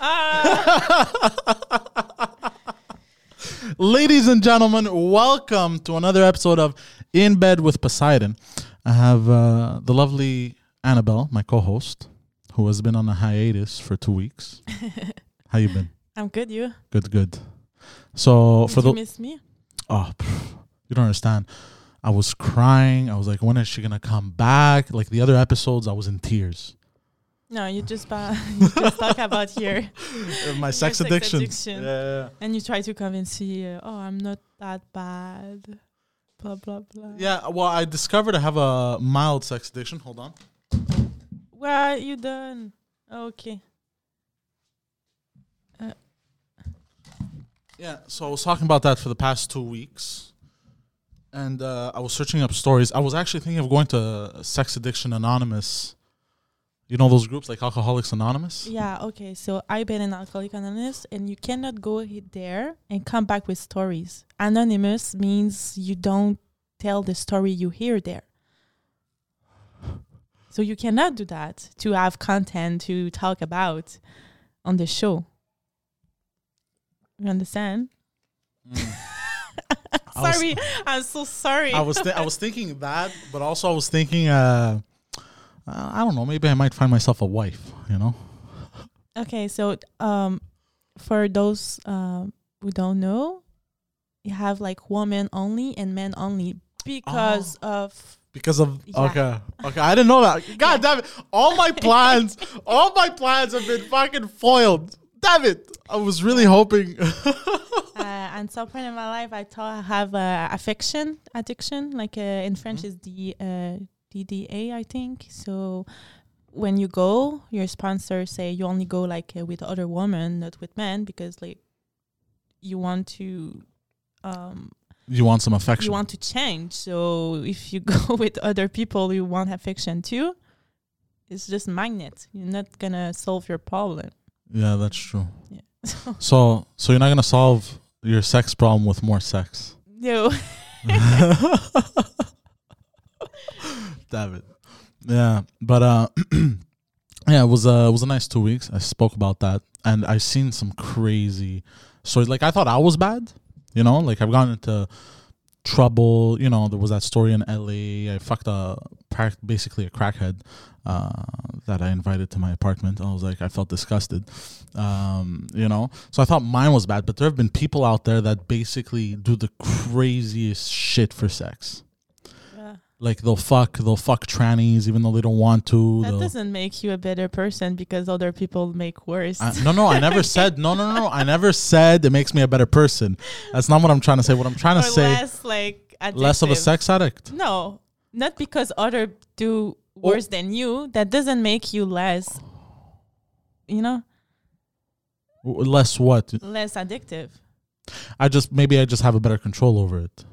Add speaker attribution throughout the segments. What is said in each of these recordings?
Speaker 1: Ah! Ladies and gentlemen, welcome to another episode of In Bed with Poseidon. I have uh, the lovely Annabelle, my co-host, who has been on a hiatus for two weeks. How you been?
Speaker 2: I'm good. You?
Speaker 1: Good, good. So
Speaker 2: Did
Speaker 1: for
Speaker 2: you
Speaker 1: the
Speaker 2: miss me?
Speaker 1: oh, pff, you don't understand. I was crying. I was like, when is she gonna come back? Like the other episodes, I was in tears.
Speaker 2: No, you just ba- you just talk about here
Speaker 1: My sex,
Speaker 2: sex
Speaker 1: addiction.
Speaker 2: addiction.
Speaker 1: Yeah,
Speaker 2: and you try to convince me. Uh, oh, I'm not that bad. Blah blah blah.
Speaker 1: yeah. yeah. Well, I discovered I have a mild sex addiction. Hold on.
Speaker 2: Where are you done? Okay.
Speaker 1: Yeah, so I was talking about that for the past two weeks, and uh, I was searching up stories. I was actually thinking of going to Sex Addiction Anonymous. You know those groups like Alcoholics Anonymous.
Speaker 2: Yeah. Okay. So I've been an alcoholic anonymous, and you cannot go hit there and come back with stories. Anonymous means you don't tell the story you hear there. So you cannot do that to have content to talk about on the show. You understand?
Speaker 1: Mm. I was-
Speaker 2: sorry, I'm so sorry.
Speaker 1: I was thi- I was thinking that, but also I was thinking, uh, uh, I don't know, maybe I might find myself a wife. You know,
Speaker 2: Okay, so um, for those um who don't know, you have like women only and men only because of
Speaker 1: because of
Speaker 2: Yeah.
Speaker 1: okay, okay, I didn't know that. God damn it! All my plans, all my plans have been fucking foiled. Damn it! I was really hoping.
Speaker 2: uh, at some point in my life, I thought I have uh, affection addiction. Like uh, in French, is the uh, DDA, I think. So when you go, your sponsor say you only go like uh, with other women, not with men, because like you want to um
Speaker 1: you want some affection?
Speaker 2: you want to change. So if you go with other people, you want affection too. It's just magnet. You're not gonna solve your problem.
Speaker 1: yeah, that's true.
Speaker 2: Yeah.
Speaker 1: So, so you're not gonna solve your sex problem with more sex.
Speaker 2: no.
Speaker 1: Damn it. Yeah, but uh, yeah, it was uh, it was a nice two weeks. I spoke about that, and I've seen some crazy stories. Like I thought I was bad, you know. Like I've gotten into trouble. You know, there was that story in L.A. I fucked a prac- basically a crackhead uh, that I invited to my apartment. I was like, I felt disgusted, um, you know. So I thought mine was bad, but there have been people out there that basically do the craziest shit for sex.
Speaker 2: Yeah.
Speaker 1: Like they'll fuck, they'll fuck trannies even though they don't want to.
Speaker 2: That
Speaker 1: they'll-
Speaker 2: doesn't make you a better person because other people make worse.
Speaker 1: I, no, no, I never said. No, no, no, no, I never said it makes me a better person. That's not what I'm trying to say. What I'm trying
Speaker 2: or
Speaker 1: to say,
Speaker 2: less
Speaker 1: less,
Speaker 2: like addictive.
Speaker 1: of a sex addict.
Speaker 2: No, not because other do
Speaker 1: Oh.
Speaker 2: worse than you. That doesn't make you less. You know,
Speaker 1: W- Less what?
Speaker 2: less addictive.
Speaker 1: I just maybe I just have a better control over it.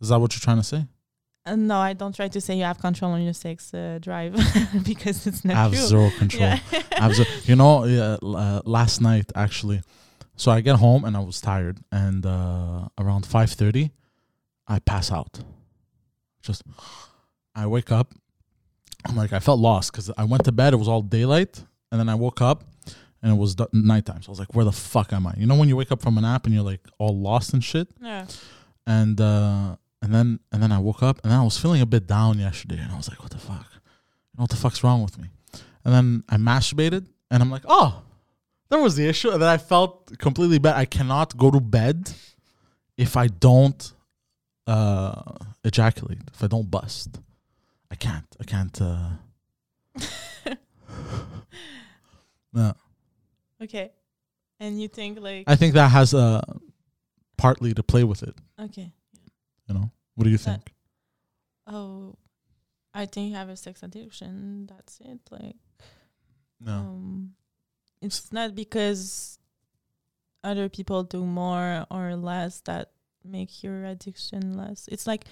Speaker 1: Is that what you're trying to say?
Speaker 2: Uh, no, I don't try to say you have control on your sex uh, drive because it's
Speaker 1: I
Speaker 2: not
Speaker 1: have
Speaker 2: true.
Speaker 1: zero control. I have ze- you know, yeah, l- uh, last night actually, so I get home and I was tired, and uh, around five thirty, I pass out. Just, I wake up. I'm like, I felt lost because I went to bed. It was all daylight, and then I woke up, and it was d- nighttime. So I was like, where the fuck am I? You know, when you wake up from a nap and you're like all lost and shit
Speaker 2: Yeah.
Speaker 1: and uh, and then and then I woke up and I was feeling a bit down yesterday, and I was like, "What the fuck? What the fuck's wrong with me?" And then I masturbated, and I'm like, "Oh, there was the issue." And then I felt completely bad. I cannot go to bed if I don't uh, ejaculate, if I don't bust. I can't. I can't. Uh, no.
Speaker 2: Okay. And you think like
Speaker 1: I think that has uh, partly to play with it.
Speaker 2: okay.
Speaker 1: You know, what do you think?
Speaker 2: Oh I think you have a sex addiction. That's it. Like
Speaker 1: No.
Speaker 2: um it's not because other people do more or less that make your addiction less. It's like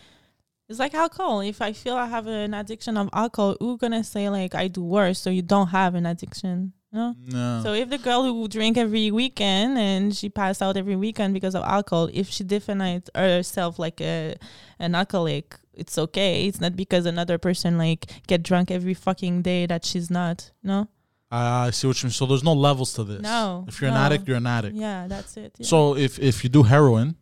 Speaker 2: it's like alcohol. If I feel I have an addiction of alcohol, who gonna say like I do worse so you don't have an addiction? No?
Speaker 1: No.
Speaker 2: Oh. So if the girl who drink every weekend and she passed out every weekend because of alcohol, if she defines herself like a an alcoholic, it's okay. It's not because another person like get drunk every fucking day that she's not. No,
Speaker 1: I see what you mean. So there's no levels to this.
Speaker 2: No,
Speaker 1: If you're an
Speaker 2: no.
Speaker 1: addict, you're an addict.
Speaker 2: Yeah, that's it. yeah.
Speaker 1: So if if you do heroin,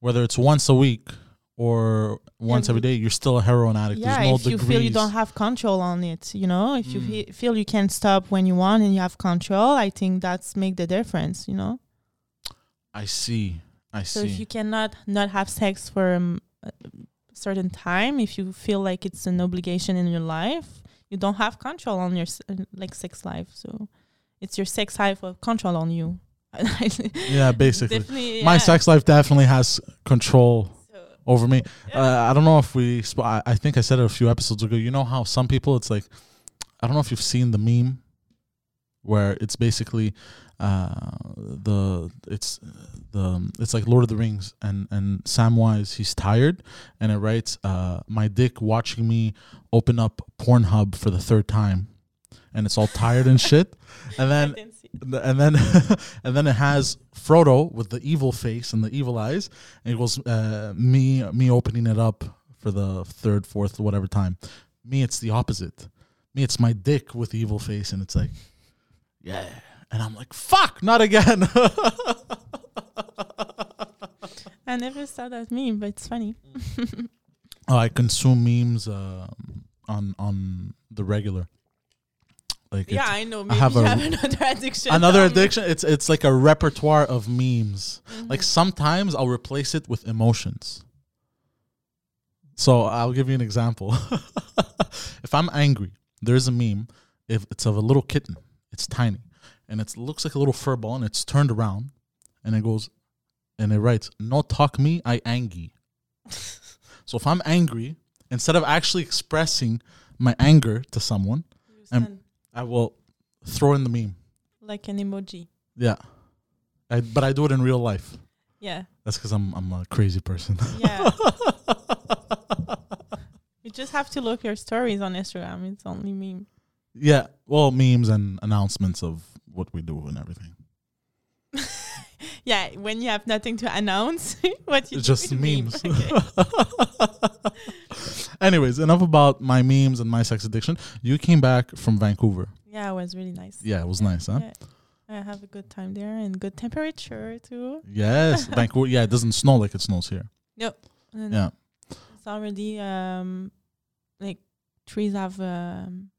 Speaker 1: whether it's once a week or once
Speaker 2: Every-
Speaker 1: every day, you're still a heroin addict.
Speaker 2: yeah,
Speaker 1: there's no
Speaker 2: if you feel you
Speaker 1: degrees.
Speaker 2: don't have control on it, you know, if you
Speaker 1: Mm.
Speaker 2: fe- feel you can stop when you want and you have control, I think that's make the difference, you know.
Speaker 1: I see. I
Speaker 2: So
Speaker 1: see.
Speaker 2: if you cannot not have sex for um, a certain time, if you feel like it's an obligation in your life, you don't have control on your s- uh, like sex life. So it's your sex life of control on you.
Speaker 1: yeah, basically.
Speaker 2: Definitely,
Speaker 1: My
Speaker 2: yeah.
Speaker 1: sex life definitely has control
Speaker 2: So-
Speaker 1: over me. Uh, I don't know if we. Sp- I, I think I said it a few episodes ago. You know how some people, it's like, I don't know if you've seen the meme, where it's basically, uh, the it's the it's like Lord of the Rings and and Samwise he's tired and it writes, uh, my dick watching me open up Pornhub for the third time, and it's all tired and shit,
Speaker 2: I
Speaker 1: and then
Speaker 2: didn't see-
Speaker 1: Th- and then and then it has Frodo with the evil face and the evil eyes, and it goes uh, me me opening it up for the third, fourth, whatever time. Me, it's the opposite. Me, it's my dick with the evil face, and it's like, yeah, and I'm like, fuck, not again.
Speaker 2: I never saw that meme, but it's funny.
Speaker 1: Oh, I consume memes uh, on on the regular. Like
Speaker 2: yeah,
Speaker 1: it's-
Speaker 2: I know.
Speaker 1: I
Speaker 2: Maybe
Speaker 1: have
Speaker 2: you
Speaker 1: a-
Speaker 2: have another addiction.
Speaker 1: another
Speaker 2: Um,
Speaker 1: addiction. It's it's like a repertoire of memes. Like sometimes I'll replace it with emotions. So I'll give you an example. if I'm angry, there's a meme. If it's of a little kitten, it's tiny, and it looks like a little fur ball, and it's turned around, and it goes, and it writes, "No talk me, I angry." so if I'm angry, instead of actually expressing my anger to someone,
Speaker 2: You
Speaker 1: um,
Speaker 2: send,
Speaker 1: I will throw in the meme.
Speaker 2: like an emoji.
Speaker 1: Yeah, I, but I do it in real life.
Speaker 2: Yeah,
Speaker 1: That's because I'm I'm a crazy person.
Speaker 2: yeah. you just have to look your stories on Instagram. It's only meme.
Speaker 1: yeah, well, memes and announcements of what we do and everything.
Speaker 2: Yeah, when you have nothing to announce, what you
Speaker 1: It's
Speaker 2: do
Speaker 1: just
Speaker 2: is meme.
Speaker 1: memes.
Speaker 2: Okay.
Speaker 1: Anyways, enough about my memes and my sex addiction. You came back from Vancouver.
Speaker 2: yeah, it was really nice.
Speaker 1: Yeah, it was nice, huh?
Speaker 2: Yeah. I have a good time there and good temperature too.
Speaker 1: Yes, Vancouver. Yeah, it doesn't snow like it snows here.
Speaker 2: And
Speaker 1: Yeah.
Speaker 2: it's already um like trees have um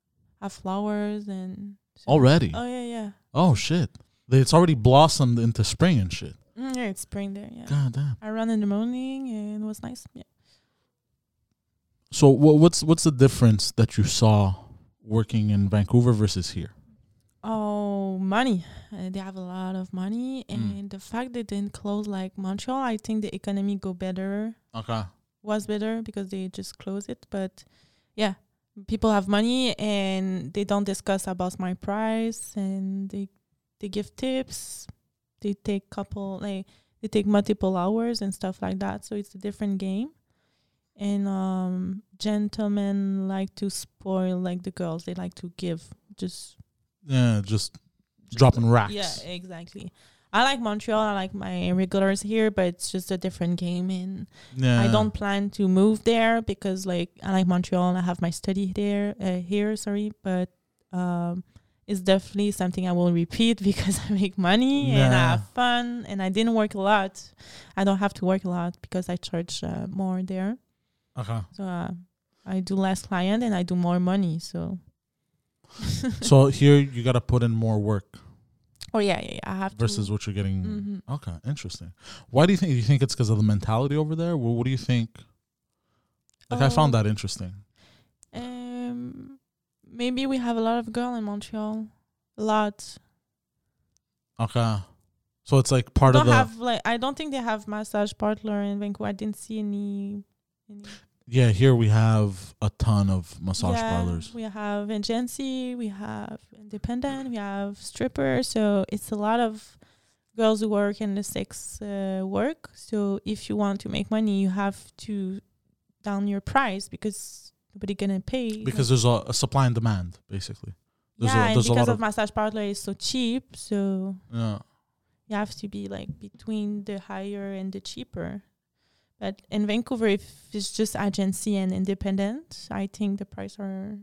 Speaker 2: have flowers and so-
Speaker 1: Already.
Speaker 2: Oh yeah, yeah.
Speaker 1: Oh shit, They- it's already blossomed into spring and shit.
Speaker 2: Mm, yeah, it's spring there. Yeah.
Speaker 1: God damn.
Speaker 2: I ran in the morning and it was nice. Yeah.
Speaker 1: So wha what's what's the difference that you saw working in Vancouver versus here?
Speaker 2: Oh, money. Uh, they have a lot of money,
Speaker 1: Mm.
Speaker 2: and the fact they didn't close like Montreal, I think the economy go better
Speaker 1: Okay.
Speaker 2: was better because they just close it. But yeah, people have money and they don't discuss about my price, and they they give tips. They take couple like they take multiple hours and stuff like that. So it's a different game. And um, gentlemen like to spoil like the girls. They like to give just
Speaker 1: Yeah, just dropping racks.
Speaker 2: yeah, exactly. I like Montreal. I like my regulars here, but it's just a different game, and
Speaker 1: yeah.
Speaker 2: I don't plan to move there because, like, I like Montreal. and I have my study there, uh, here. Sorry, but um, it's definitely something I will repeat because I make money and I
Speaker 1: Yeah.
Speaker 2: have fun, and I didn't work a lot. I don't have to work a lot because I charge uh, more there,
Speaker 1: Okay.
Speaker 2: so uh, I do less client and I do more money. So,
Speaker 1: so here you got to put in more work
Speaker 2: oh yeah, yeah, yeah, I have
Speaker 1: versus
Speaker 2: to.
Speaker 1: what you're getting.
Speaker 2: Mhm.
Speaker 1: Okay, interesting. Why do you think? Do you think it's because of the mentality over there? Wha- what do you think? Like I found
Speaker 2: Oh.
Speaker 1: that interesting.
Speaker 2: Um, maybe we have a lot of girl in Montreal. A lot.
Speaker 1: Okay. So it's like part of
Speaker 2: don't
Speaker 1: the
Speaker 2: have like I don't think they have massage parlor in Vancouver. I didn't see any. any
Speaker 1: yeah. Here we have a ton of massage
Speaker 2: Yeah,
Speaker 1: parlors.
Speaker 2: We have agency. We have independent. We have stripper. So it's a lot of girls who work in the sex uh, work. So if you want to make money, you have to down your price because nobody gonna pay.
Speaker 1: Because there's a, a supply and demand, basically. There's
Speaker 2: yeah,
Speaker 1: a,
Speaker 2: and
Speaker 1: there's a
Speaker 2: because
Speaker 1: lot
Speaker 2: of
Speaker 1: of,
Speaker 2: massage parlor is so cheap. So
Speaker 1: yeah.
Speaker 2: you have to be like between the higher and the cheaper. But in Vancouver, if it's just agency and independent, I think the price are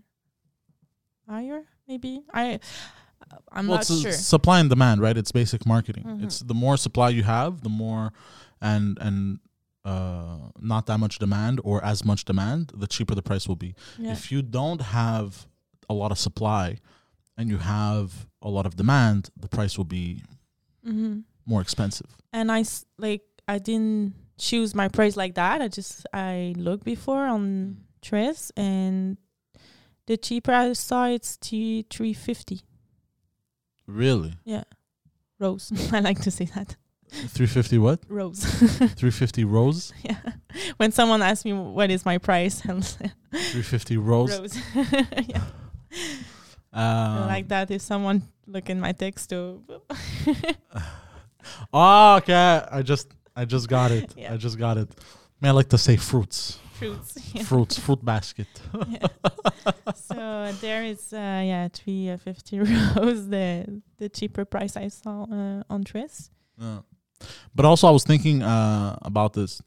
Speaker 2: higher. Maybe I I'm
Speaker 1: well,
Speaker 2: not
Speaker 1: it's a
Speaker 2: sure.
Speaker 1: supply and demand, right? It's basic marketing.
Speaker 2: Mhm.
Speaker 1: It's the more supply you have, the more and and uh not that much demand or as much demand, the cheaper the price will be.
Speaker 2: Yeah.
Speaker 1: If you don't have a lot of supply and you have a lot of demand, the price will be
Speaker 2: hmm
Speaker 1: more expensive.
Speaker 2: And I s- like I didn't choose my price like that. I just I looked before on Tres and the cheaper I saw it's T three fifty
Speaker 1: Really?
Speaker 2: rose. I like to say that
Speaker 1: 350 what?
Speaker 2: rose.
Speaker 1: 350 rose?
Speaker 2: yeah. When someone asks me what is my price, I'm like,
Speaker 1: 350 rose.
Speaker 2: rose. yeah.
Speaker 1: Um,
Speaker 2: like that. If someone look in my text too.
Speaker 1: Oh, okay. I just I just got it.
Speaker 2: Yeah.
Speaker 1: I just got it. Man, I like to say fruits.
Speaker 2: fruits. Yeah.
Speaker 1: Fruits, fruit basket.
Speaker 2: Yeah. so there is uh, yeah three uh, fifty euros the the cheaper price I saw uh, on Tris.
Speaker 1: Yeah. But also, I was thinking uh, about this.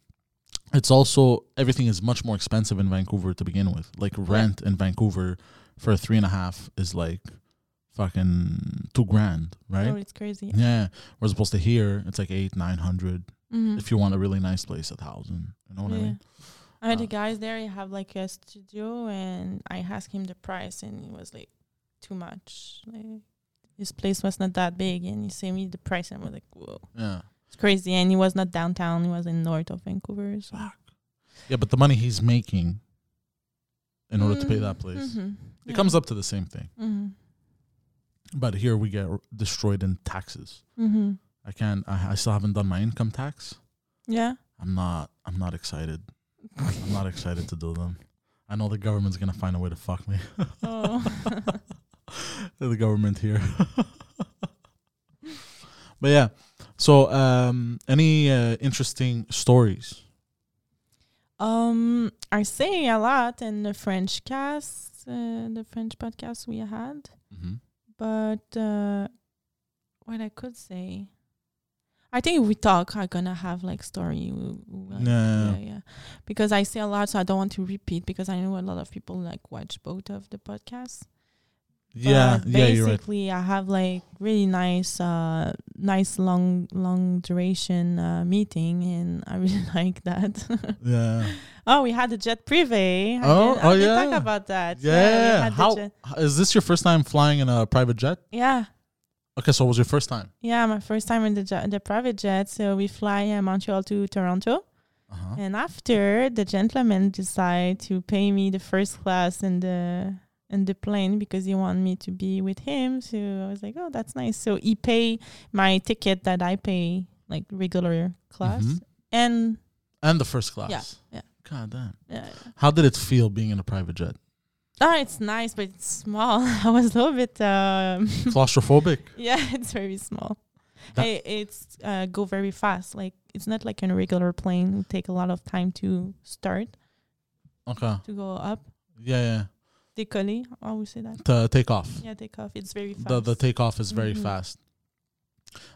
Speaker 1: It's also everything is much more expensive in Vancouver to begin with. Like rent in Vancouver for a three and a half is like fucking two grand,
Speaker 2: Oh,
Speaker 1: right?
Speaker 2: it's crazy.
Speaker 1: Yeah. We're supposed to here. It's like eight, nine hundred.
Speaker 2: Mhm.
Speaker 1: If you want a really nice place, a thousand. You know what I
Speaker 2: Yeah.
Speaker 1: mean?
Speaker 2: I mean,
Speaker 1: Uh,
Speaker 2: the guys there you have like a studio, and I asked him the price, and it was like too much. Like his place was not that big, and he sent me the price, and I was like, whoa,
Speaker 1: Yeah.
Speaker 2: it's crazy. And he was not downtown; he was in north of Vancouver. So.
Speaker 1: Fuck. Yeah, but the money he's making in order to pay that
Speaker 2: Mm,
Speaker 1: place,
Speaker 2: mhm,
Speaker 1: it
Speaker 2: yeah.
Speaker 1: comes up to the same thing.
Speaker 2: Mhm,
Speaker 1: But here we get r- destroyed in taxes.
Speaker 2: mhm.
Speaker 1: I can't. I, I still haven't done my income tax.
Speaker 2: Yeah.
Speaker 1: I'm not. I'm not excited. I'm not excited to do them. I know the government's gonna find a way to fuck me.
Speaker 2: Oh.
Speaker 1: the government here. but yeah. So, um, any uh, interesting stories?
Speaker 2: Um, I say a lot in the French cast, uh, the French podcast we had,
Speaker 1: Mm-hmm.
Speaker 2: but uh, what I could say, I think if we talk, I'm gonna have like story. w- w- like,
Speaker 1: Yeah.
Speaker 2: yeah, yeah. Because I say a lot, so I don't want to repeat because I know a lot of people like watch both of the podcasts.
Speaker 1: Yeah,
Speaker 2: But
Speaker 1: yeah, you're right.
Speaker 2: Basically, I have like really nice, uh, nice long, long duration uh, meeting, and I really like that.
Speaker 1: Yeah.
Speaker 2: Oh, we had the jet privé. I
Speaker 1: Oh,
Speaker 2: didn't-
Speaker 1: oh,
Speaker 2: I didn't
Speaker 1: yeah.
Speaker 2: talk about that. we
Speaker 1: Yeah.
Speaker 2: had the
Speaker 1: How
Speaker 2: jet-
Speaker 1: h- is this your first time flying in a private jet?
Speaker 2: yeah,
Speaker 1: Okay, so it was your first time.
Speaker 2: yeah. My first time in the jet, the private jet. So we fly uh, Montreal to Toronto,
Speaker 1: Uh-huh.
Speaker 2: and after the gentleman decided to pay me the first class in the in the plane because he wanted me to be with him. So I was like, oh, that's nice. So he pay my ticket that I pay like regular class
Speaker 1: Mhm.
Speaker 2: and.
Speaker 1: And the first class.
Speaker 2: yeah.
Speaker 1: God damn.
Speaker 2: Uh,
Speaker 1: How did it feel being in a private jet?
Speaker 2: Oh, it's nice, but it's small. I was a little bit um,
Speaker 1: Claustrophobic.
Speaker 2: Yeah, it's very small.
Speaker 1: That-
Speaker 2: I- it's uh, go very fast. Like it's not like in a regular plane. It take a lot of time to start
Speaker 1: Okay.
Speaker 2: to go up.
Speaker 1: Yeah, yeah.
Speaker 2: Décoller, I always say that.
Speaker 1: To take off.
Speaker 2: Yeah, take off. It's very fast.
Speaker 1: The the takeoff is very
Speaker 2: Mhm.
Speaker 1: fast.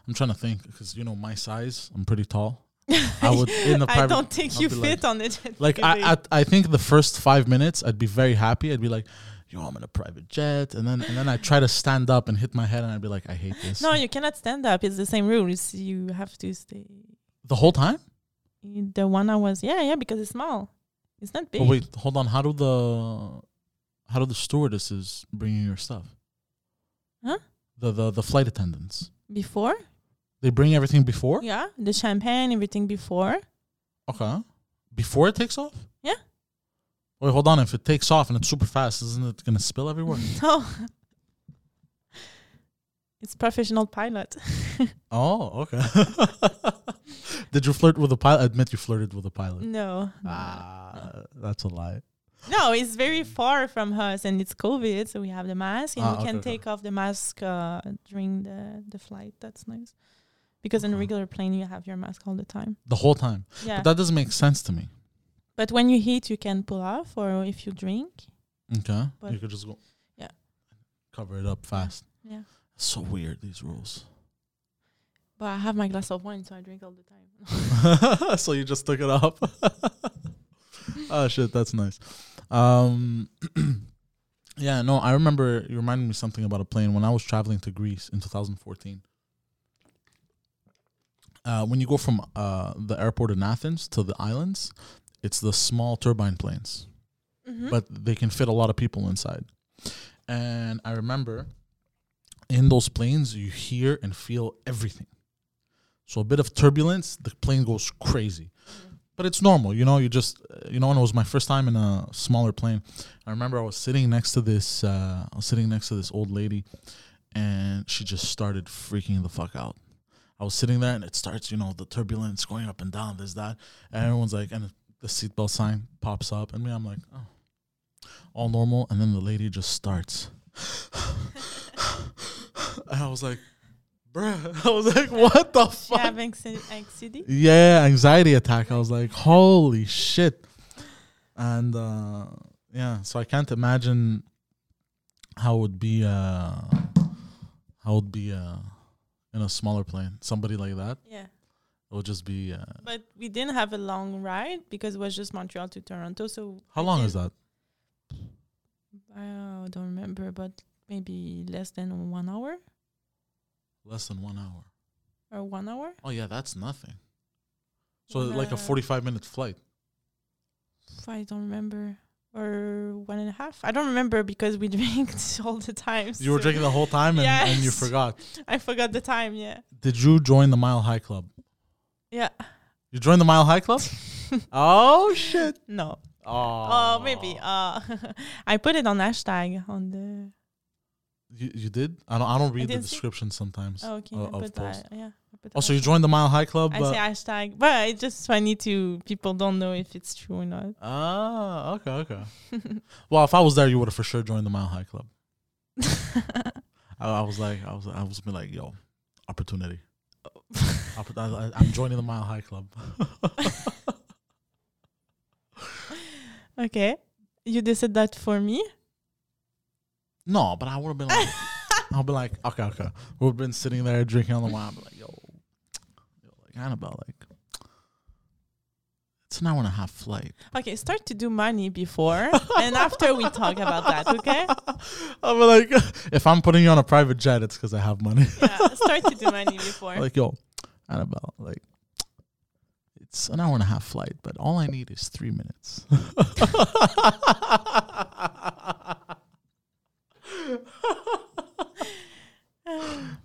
Speaker 1: I'm trying to think because you know my size. I'm pretty tall. I would in the
Speaker 2: I
Speaker 1: private.
Speaker 2: don't think
Speaker 1: I'll
Speaker 2: you
Speaker 1: be
Speaker 2: fit
Speaker 1: like-
Speaker 2: on the jet.
Speaker 1: like
Speaker 2: privé.
Speaker 1: I, I I think the first five minutes I'd be very happy. I'd be like, yo, I'm in a private jet, and then and then I try to stand up and hit my head, and I'd be like, I hate this.
Speaker 2: no, you cannot stand up. It's the same rules. You have to stay.
Speaker 1: the whole time.
Speaker 2: The one I was, yeah, yeah, because it's small. It's not big.
Speaker 1: Oh wait, hold on. How do the how do the stewardesses bring you your stuff?
Speaker 2: Huh?
Speaker 1: The the the flight attendants.
Speaker 2: Before,
Speaker 1: They bring everything before.
Speaker 2: yeah, the champagne, everything before.
Speaker 1: Okay. Before it takes off.
Speaker 2: Yeah.
Speaker 1: Wait, hold on. If it takes off and it's super fast, isn't it gonna spill everywhere?
Speaker 2: No. It's professional pilot.
Speaker 1: oh, okay. Did you flirt with a pilot? Admit you flirted with a pilot.
Speaker 2: no.
Speaker 1: Ah, that's a lie.
Speaker 2: No, it's very far from us and it's COVID, so we have the mask and
Speaker 1: Ah,
Speaker 2: we can
Speaker 1: okay, okay.
Speaker 2: take off the mask uh, during the, the flight. That's nice. Because in a
Speaker 1: Okay.
Speaker 2: regular plane, you have your mask all the time.
Speaker 1: The whole time.
Speaker 2: Yeah.
Speaker 1: But
Speaker 2: But,
Speaker 1: that doesn't make sense to me.
Speaker 2: when you eat, you can pull off, or if you drink.
Speaker 1: Okay.
Speaker 2: But-
Speaker 1: you could just go.
Speaker 2: Yeah.
Speaker 1: Cover it up fast.
Speaker 2: Yeah.
Speaker 1: So weird these rules.
Speaker 2: But I have my glass of wine, so I drink all the time.
Speaker 1: so you just took it off. Ah, oh shit, that's nice. Um, Yeah, no, I remember you reminded me something about a plane when I was traveling to Greece in 2014. Uh, when you go from uh, the airport in Athens to the islands, it's the small turbine planes,
Speaker 2: Mhm.
Speaker 1: but they can fit a lot of people inside. And I remember in those planes, you hear and feel everything. So a bit of turbulence, the plane goes crazy but it's normal you know you just you know and it was my first time in a smaller plane i remember i was sitting next to this uh i was sitting next to this old lady and she just started freaking the fuck out i was sitting there and it starts you know the turbulence going up and down this that and everyone's like and the seatbelt sign pops up and me i'm like oh all normal and then the lady just starts and i was like bruh i was like what the
Speaker 2: She
Speaker 1: fuck
Speaker 2: having anxi- anxiety.
Speaker 1: yeah, anxiety attack. I was like, holy shit. And uh, yeah, so I can't imagine how it would be uh, how it would be uh, in a smaller plane. Somebody like that.
Speaker 2: Yeah,
Speaker 1: It would just be uh,
Speaker 2: but we didn't have a long ride because it was just Montreal to Toronto. So
Speaker 1: how
Speaker 2: I
Speaker 1: long is
Speaker 2: did-
Speaker 1: that?
Speaker 2: I uh, don't remember, but maybe less than one hour
Speaker 1: Less than one hour.
Speaker 2: or one hour.
Speaker 1: Oh yeah, that's nothing. So
Speaker 2: One
Speaker 1: like a
Speaker 2: hour.
Speaker 1: forty-five minute flight.
Speaker 2: I don't remember. Or one and a half. I don't remember because we drank all the time.
Speaker 1: You were
Speaker 2: so
Speaker 1: drinking the whole time and, and you
Speaker 2: Yes.
Speaker 1: forgot.
Speaker 2: I forgot the time. Yeah.
Speaker 1: Did you join the Mile High Club?
Speaker 2: Yeah.
Speaker 1: You joined the Mile High Club? oh shit!
Speaker 2: No.
Speaker 1: Oh,
Speaker 2: Oh, maybe. Uh, I put it on hashtag on the.
Speaker 1: You, you did? I don't I don't read the
Speaker 2: didn't see-
Speaker 1: description sometimes.
Speaker 2: Oh, okay. I
Speaker 1: o- uh, of
Speaker 2: put
Speaker 1: post.
Speaker 2: that. Yeah. I put
Speaker 1: Oh,
Speaker 2: that
Speaker 1: so you
Speaker 2: hashtag.
Speaker 1: joined the Mile High Club?
Speaker 2: I say hashtag, but it's just funny to people don't know if it's true or not.
Speaker 1: ah, okay, okay. well, if I was there, you would have for sure joined the Mile High Club. I, I was like, I was, I was been like, yo, opportunity. Oppor- I, I, I'm joining the Mile High Club.
Speaker 2: okay, you decided that for me.
Speaker 1: no, but I would have been like, I'll be like, okay, okay. We've been sitting there drinking on the wine. I'll be like, yo, yo, like Annabelle, like, it's an hour and a half flight.
Speaker 2: Okay, start to do money before and after we talk about that. Okay,
Speaker 1: I'm like, if I'm putting you on a private jet, it's because I have money.
Speaker 2: yeah, start to do money before.
Speaker 1: like, yo, Annabelle, like, it's an hour and a half flight, but all I need is three minutes.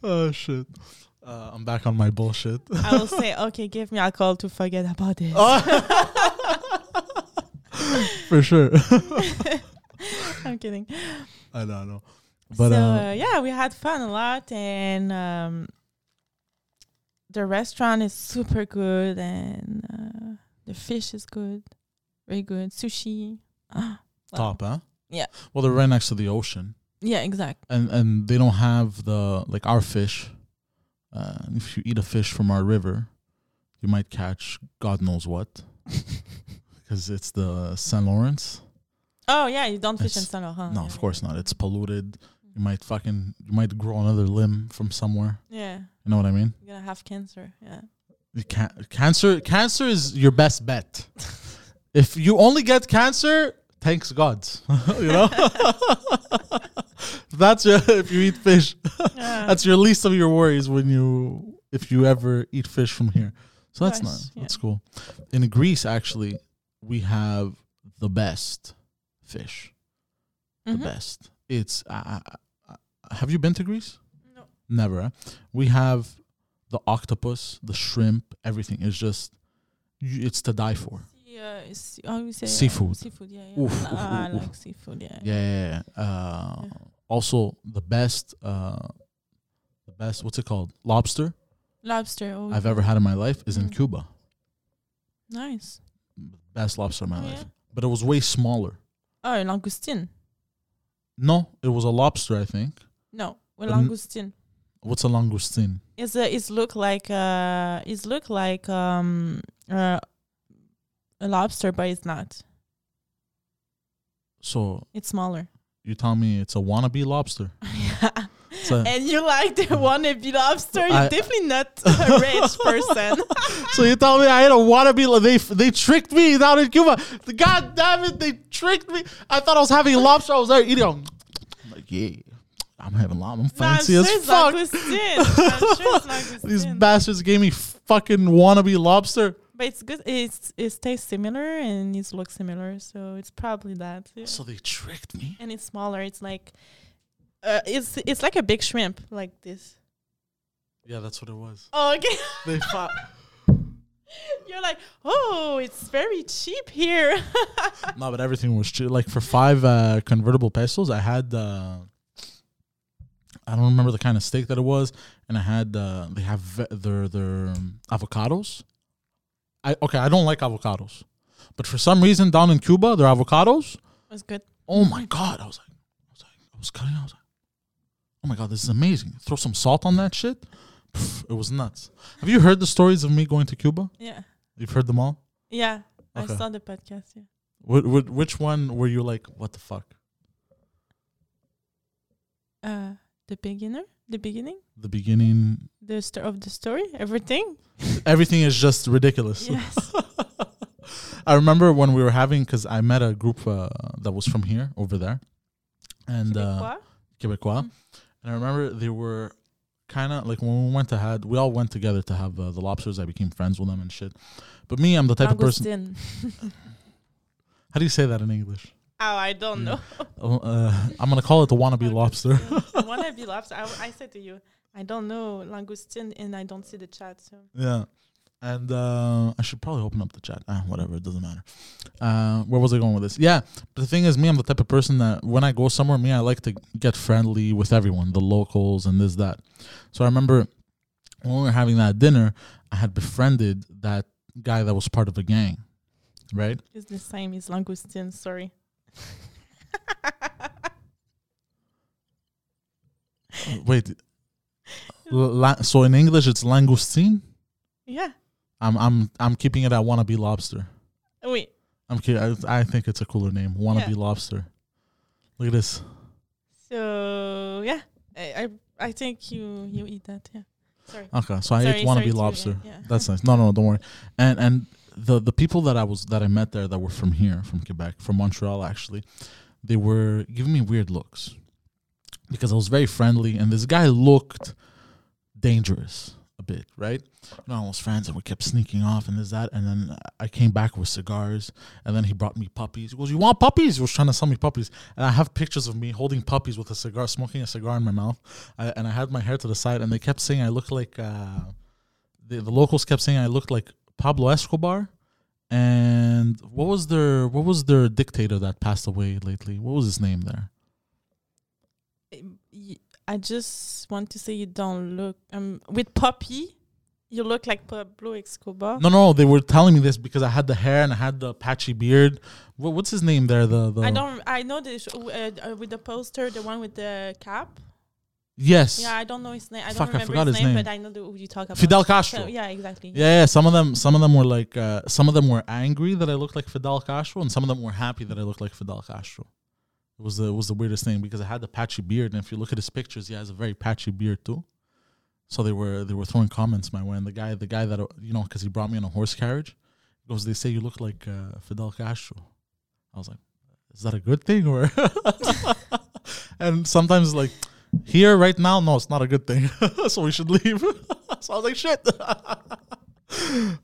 Speaker 1: oh shit! Uh, I'm back on my bullshit.
Speaker 2: I will say, okay, give me a call to forget about it.
Speaker 1: Oh. For sure.
Speaker 2: I'm kidding.
Speaker 1: I know, I know. But
Speaker 2: so
Speaker 1: uh,
Speaker 2: uh, yeah, we had fun a lot, and um, the restaurant is super good, and uh, the fish is good, very good sushi. Ah, wow.
Speaker 1: top, huh?
Speaker 2: Yeah.
Speaker 1: Well, they're right next to the ocean.
Speaker 2: Yeah, exact.
Speaker 1: and and they don't have the like our fish. Uh, if you eat a fish from our river, you might catch God knows what, because it's the Saint Lawrence.
Speaker 2: Oh yeah, you don't fish in
Speaker 1: It's-
Speaker 2: Saint Laurent.
Speaker 1: No,
Speaker 2: Oh, yeah,
Speaker 1: of
Speaker 2: yeah.
Speaker 1: course not. It's polluted. You might fucking you might grow another limb from somewhere.
Speaker 2: Yeah,
Speaker 1: You know what I mean?
Speaker 2: you're gonna have cancer. Yeah.
Speaker 1: You can't, cancer cancer is your best bet. if you only get cancer, thanks God. you know. That's your, if you eat fish.
Speaker 2: Yeah.
Speaker 1: that's your least of your worries when you if you ever eat fish from here. So that's
Speaker 2: Nice,
Speaker 1: nice.
Speaker 2: yeah.
Speaker 1: That's cool. In Greece, actually, we have the best fish.
Speaker 2: Mhm.
Speaker 1: The best. It's. I, I- I- have you been to Greece?
Speaker 2: No.
Speaker 1: Never. huh? We have the octopus, the shrimp, everything. It's just. you- It's to die for.
Speaker 2: See, uh, is- how you say uh,
Speaker 1: Seafood.
Speaker 2: seafood, yeah. yeah.
Speaker 1: Oof, oof,
Speaker 2: Ah, I
Speaker 1: oof,
Speaker 2: like seafood, yeah.
Speaker 1: Yeah. yeah, yeah. Uh, Also, the best. Uh, the best. What's it called? Lobster
Speaker 2: Lobster. Oh,
Speaker 1: I've ever had in my life is in
Speaker 2: Mm.
Speaker 1: Cuba.
Speaker 2: nice.
Speaker 1: best lobster in my
Speaker 2: Oh,
Speaker 1: life.
Speaker 2: yeah?
Speaker 1: But it was way smaller.
Speaker 2: Oh, langoustine.
Speaker 1: No, it was a lobster, I think.
Speaker 2: No, well,
Speaker 1: The n-
Speaker 2: langoustine.
Speaker 1: What's a langoustine?
Speaker 2: It's a, it's look like uh it's look like um uh, a lobster, but it's not.
Speaker 1: So
Speaker 2: It's smaller.
Speaker 1: you tell me it's a wannabe lobster.
Speaker 2: yeah.
Speaker 1: It's a-
Speaker 2: And you like the wannabe lobster? You're
Speaker 1: Hmm. I-
Speaker 2: definitely not a rich person.
Speaker 1: so you tell me I had a wannabe? lo- They they tricked me down in Cuba. God damn it, they tricked me. I thought I was having lobster. I was there eating. yeah, I'm having lime. I'm
Speaker 2: No, I'm
Speaker 1: fancy
Speaker 2: sure
Speaker 1: as
Speaker 2: it's not
Speaker 1: fuck.
Speaker 2: Christine. I'm sure it's not
Speaker 1: These
Speaker 2: Christine.
Speaker 1: bastards gave me fucking wannabe lobster.
Speaker 2: But it's good. It's it tastes similar and it looks similar, so it's probably that. yeah.
Speaker 1: So they tricked me.
Speaker 2: And it's smaller. It's like, uh, it's it's like a big shrimp, like this.
Speaker 1: Yeah, that's what it was.
Speaker 2: Oh, okay.
Speaker 1: They fought.
Speaker 2: You're like, oh, it's very cheap here.
Speaker 1: No, but everything was cheap. Like for five uh, convertible pesos, I had uh, I don't remember the kind of steak that it was, and I had uh, they have ve- their their um, avocados. I okay, I don't like avocados, but for some reason down in Cuba, their avocados.
Speaker 2: That's good.
Speaker 1: Oh my god! I was like, I was like, I was cutting. I was like, oh my god, this is amazing. Throw some salt on that shit. Pff, it was nuts. Have you heard the stories of me going to Cuba?
Speaker 2: Yeah,
Speaker 1: You've heard them all.
Speaker 2: yeah.
Speaker 1: Okay.
Speaker 2: I saw the podcast. Yeah.
Speaker 1: Wh- wh- which one were you like, what the fuck?
Speaker 2: Uh, the beginner, the beginning,
Speaker 1: The beginning,
Speaker 2: the start of the story, everything.
Speaker 1: everything is just ridiculous.
Speaker 2: Yes.
Speaker 1: I remember when we were having because I met a group uh, that was from here over there, and uh,
Speaker 2: Québécois.
Speaker 1: Quebecois,
Speaker 2: Mm.
Speaker 1: and I remember they were kind of like when we went to had we all went together to have uh, the lobsters. I became friends with them and shit. But me, I'm the type of person.
Speaker 2: Augustine.
Speaker 1: How do you say that in English?
Speaker 2: Oh, I don't
Speaker 1: Yeah.
Speaker 2: know.
Speaker 1: Oh, Uh, I'm gonna call it the wannabe lobster.
Speaker 2: wannabe lobster. I, w- I said to you, I don't know langoustine, and I don't see the chat. So
Speaker 1: Yeah. And uh, I should probably open up the chat. Ah, whatever, it doesn't matter. Uh, where was I going with this? Yeah, but the thing is, me, I'm the type of person that when I go somewhere, me, I like to get friendly with everyone, the locals and this that. So I remember when we were having that dinner, I had befriended that guy that was part of a gang, right?
Speaker 2: it's the same. It's langoustine. Sorry.
Speaker 1: Wait, l- la- so in English it's langoustine.
Speaker 2: yeah.
Speaker 1: I'm I'm I'm keeping it at wannabe lobster.
Speaker 2: Wait.
Speaker 1: I'm ki- I, I think it's a cooler name, wannabe
Speaker 2: Yeah.
Speaker 1: lobster. Look at this.
Speaker 2: So yeah, I I, I think you you eat that. Yeah. Sorry.
Speaker 1: Okay, so I
Speaker 2: Sorry, sorry
Speaker 1: ate wannabe
Speaker 2: to- yeah,
Speaker 1: lobster.
Speaker 2: yeah.
Speaker 1: That's nice. No, no, don't worry. And and the the people that I was that I met there that were from here, from Quebec, from Montreal actually, they were giving me weird looks because I was very friendly, and this guy looked dangerous a bit, right? You know, I was friends, and we kept sneaking off and this that, and then I came back with cigars, and then he brought me puppies. He goes, "You want puppies?" He was trying to sell me puppies, and I have pictures of me holding puppies with a cigar, smoking a cigar in my mouth, I, and I had my hair to the side, and they kept saying I look like. Uh, the, the locals kept saying I looked like Pablo Escobar. And what was their what was their dictator that passed away lately? What was his name there?
Speaker 2: Um, y- I just want to say you don't look um with puppy. You look like Pablo Escobar.
Speaker 1: No, no, they were telling me this because I had the hair and I had the patchy beard. What, what's his name there? The, the
Speaker 2: I don't. I know this uh, uh, with the poster, the one with the cap.
Speaker 1: yes,
Speaker 2: Yeah, I don't know his name. I
Speaker 1: Fuck, I
Speaker 2: don't remember
Speaker 1: forgot
Speaker 2: his,
Speaker 1: his
Speaker 2: name,
Speaker 1: name.
Speaker 2: but I know the, who you talk about.
Speaker 1: Fidel Castro.
Speaker 2: So, yeah, exactly.
Speaker 1: Yeah, yeah, some of them, some of them were like, uh, some of them were angry that I looked like Fidel Castro, and some of them were happy that I looked like Fidel Castro. It was the it was the weirdest thing because I had the patchy beard, and if you look at his pictures, he has a very patchy beard too. So they were they were throwing comments my way, and the guy the guy that uh, you know because he brought me on a horse carriage goes, they say you look like uh, Fidel Castro. I was like, is that a good thing or? and sometimes like here right now, no, it's not a good thing. so we should leave. so I was like, shit.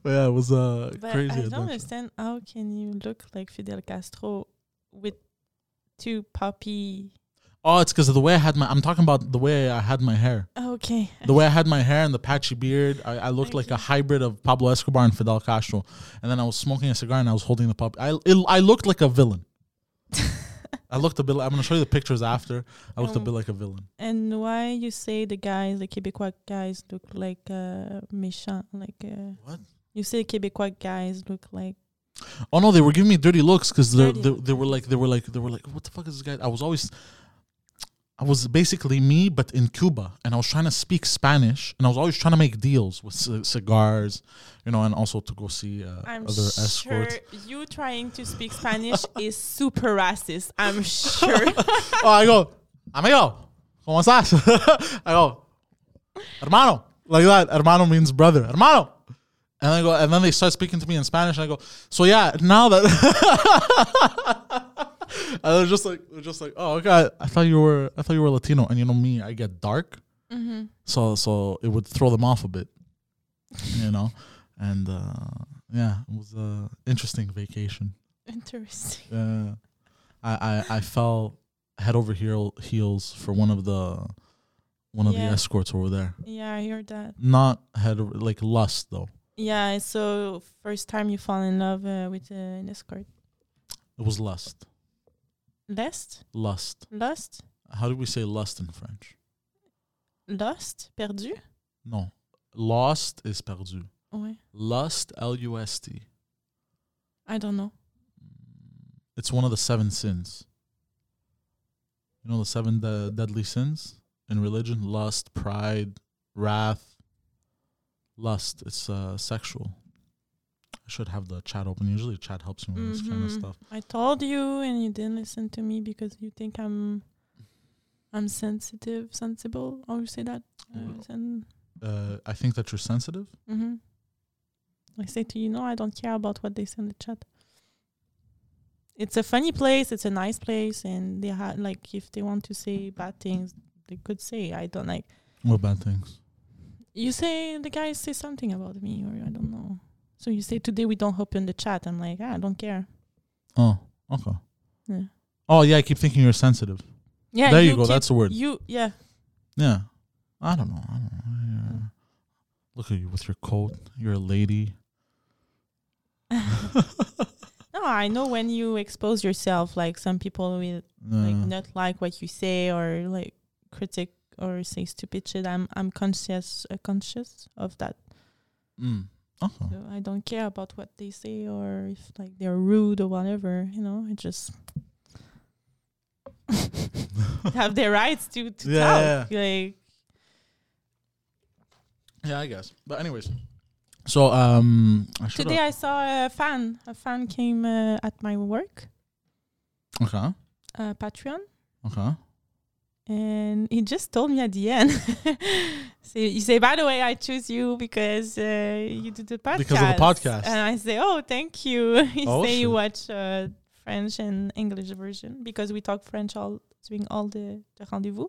Speaker 1: But yeah, it was uh,
Speaker 2: but
Speaker 1: crazy.
Speaker 2: I don't
Speaker 1: adventure.
Speaker 2: understand how can you look like Fidel Castro with two puppy.
Speaker 1: Oh, it's because of the way I had my. I'm talking about the way I had my hair.
Speaker 2: Okay.
Speaker 1: The way I had my hair and the patchy beard, I, I looked like a hybrid of Pablo Escobar and Fidel Castro. And then I was smoking a cigar and I was holding the puppy. I it, I looked like a villain. I looked a bit. I'm gonna show you the pictures after. I looked a
Speaker 2: Um,
Speaker 1: bit like a villain.
Speaker 2: And why you say the guys, the Quebecois guys, look like uh, méchant? Like uh,
Speaker 1: What?
Speaker 2: you say, Quebecois guys look like.
Speaker 1: Oh no, they were giving me dirty looks because they
Speaker 2: Dirty
Speaker 1: they they were like they were like they were like what the fuck is this guy? I was always I was basically me but in Cuba and I was trying to speak Spanish and I was always trying to make deals with c- cigars, you know, and also to go see uh,
Speaker 2: I'm
Speaker 1: other
Speaker 2: sure
Speaker 1: escorts.
Speaker 2: you trying to speak Spanish is super racist. I'm sure.
Speaker 1: oh, I go, amigo, ¿cómo estás? I go, hermano, like that. Hermano means brother. Hermano. And I go, and then they start speaking to me in Spanish. And I go, so yeah, now that I was just like, was just like, oh okay. I thought you were, I thought you were Latino, and you know me, I get dark,
Speaker 2: Mm-hmm.
Speaker 1: so so it would throw them off a bit, you know, and uh, yeah, it was a interesting vacation.
Speaker 2: Interesting.
Speaker 1: Uh, I, I I fell head over heel heels for one of the one of
Speaker 2: Yeah.
Speaker 1: the escorts over there.
Speaker 2: Yeah, I heard that.
Speaker 1: Not head over, like lust though.
Speaker 2: Yeah, so first time you fall in love uh, with uh, an escort.
Speaker 1: It was lust,
Speaker 2: Lust?
Speaker 1: lust.
Speaker 2: Lust?
Speaker 1: How do we say lust in French?
Speaker 2: Lust? Perdu?
Speaker 1: No, lost is perdu.
Speaker 2: Ouais.
Speaker 1: Lust, L U S T.
Speaker 2: I don't know.
Speaker 1: It's one of the seven sins. You know the seven de- deadly sins in religion: lust, pride, wrath. Lust. It's uh, sexual. I should have the chat open. Usually, chat helps me with this kind of
Speaker 2: Mhm.
Speaker 1: stuff.
Speaker 2: I told you and you didn't listen to me because you think I'm I'm sensitive, sensible. How you say that?
Speaker 1: Well-
Speaker 2: Uh, sen-
Speaker 1: Uh, I think that you're sensitive.
Speaker 2: hmm I say to you, no, I don't care about what they say in the chat. It's a funny place. It's a nice place, and they had like if they want to say bad things, they could say. I don't like
Speaker 1: What bad things?
Speaker 2: you say the guys say something about me, or I don't know. So you say today we don't open the chat. I'm like, ah, I don't care.
Speaker 1: Oh, okay.
Speaker 2: Yeah.
Speaker 1: Oh yeah, I keep thinking you're sensitive.
Speaker 2: Yeah,
Speaker 1: there you, go.
Speaker 2: keep-
Speaker 1: That's the word.
Speaker 2: you. Yeah,
Speaker 1: Yeah. I don't know. I don't know. Yeah. Look at you with your coat. You're a lady.
Speaker 2: No, I know when you expose yourself, like some people will like
Speaker 1: Yeah.
Speaker 2: not like what you say or like critic or say stupid shit. I'm I'm conscious uh, conscious of that.
Speaker 1: Mm. Okay.
Speaker 2: So I don't care about what they say or if like they're rude or whatever. You know, it just have their rights to to
Speaker 1: Yeah,
Speaker 2: talk. Like
Speaker 1: Yeah, I guess. But anyways, so um, I should
Speaker 2: today, I saw a fan. A fan came uh, at my work,
Speaker 1: okay,
Speaker 2: uh, Patreon.
Speaker 1: okay.
Speaker 2: and he just told me at the end. so you say, by the way, I choose you because uh, you do the podcast.
Speaker 1: Because of the podcast.
Speaker 2: And I say, oh, thank you. he
Speaker 1: Oh,
Speaker 2: say
Speaker 1: shit.
Speaker 2: you watch uh, French and English version because we talk French all during all the, the rendezvous.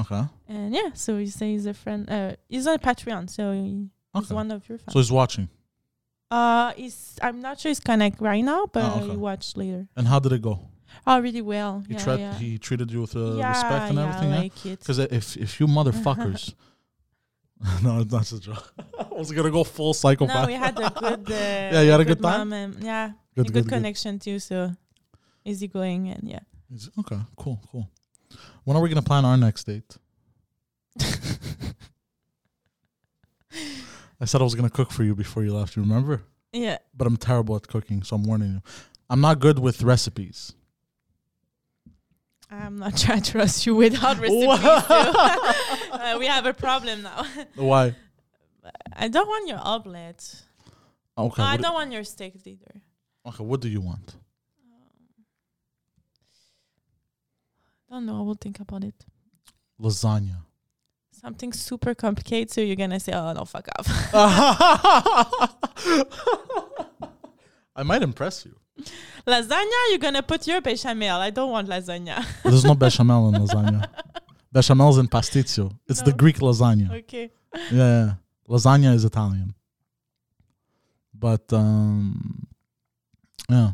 Speaker 1: Okay.
Speaker 2: And yeah, so he say he's a friend. Uh, he's on Patreon, so he- he's
Speaker 1: Okay.
Speaker 2: one of your
Speaker 1: So
Speaker 2: fans.
Speaker 1: he's watching.
Speaker 2: uh, he's I'm not sure he's connect right now, but
Speaker 1: Ah, okay.
Speaker 2: he watch later.
Speaker 1: And how did it go?
Speaker 2: Oh, really well.
Speaker 1: He
Speaker 2: yeah,
Speaker 1: treat
Speaker 2: yeah.
Speaker 1: he treated you with uh,
Speaker 2: yeah,
Speaker 1: respect and
Speaker 2: yeah,
Speaker 1: everything.
Speaker 2: I
Speaker 1: yeah?
Speaker 2: like it.
Speaker 1: Because if if you motherfuckers, no, that's a joke. I was gonna go full psychopath.
Speaker 2: No, we had a good. Uh,
Speaker 1: Yeah, you had a good time?
Speaker 2: mom and- yeah,
Speaker 1: Good,
Speaker 2: a good,
Speaker 1: good, good.
Speaker 2: connection too. So easy going and yeah.
Speaker 1: Is- Okay, cool, cool. When are we gonna plan our next date? I said I was gonna cook for you before you left. You remember?
Speaker 2: Yeah,
Speaker 1: But I'm terrible at cooking, so I'm warning you. I'm not good with recipes.
Speaker 2: I'm not trying to trust you without recipes.
Speaker 1: Wow.
Speaker 2: so, uh, we have a problem now.
Speaker 1: Why?
Speaker 2: I don't want your omelette.
Speaker 1: Oh, Okay.
Speaker 2: No, I
Speaker 1: what do-
Speaker 2: don't want your steak either.
Speaker 1: okay. What do you want?
Speaker 2: Don't know. I will think about it.
Speaker 1: Lasagna.
Speaker 2: Something super complicated, so you're gonna say, "Oh no, fuck off."
Speaker 1: I might impress you.
Speaker 2: lasagna, you're gonna put your bechamel. I don't want lasagna.
Speaker 1: There's no bechamel in lasagna. Bechamel's in pasticcio. It's the
Speaker 2: No.
Speaker 1: Greek lasagna.
Speaker 2: okay.
Speaker 1: Yeah, yeah, yeah. Lasagna is Italian. But um, yeah.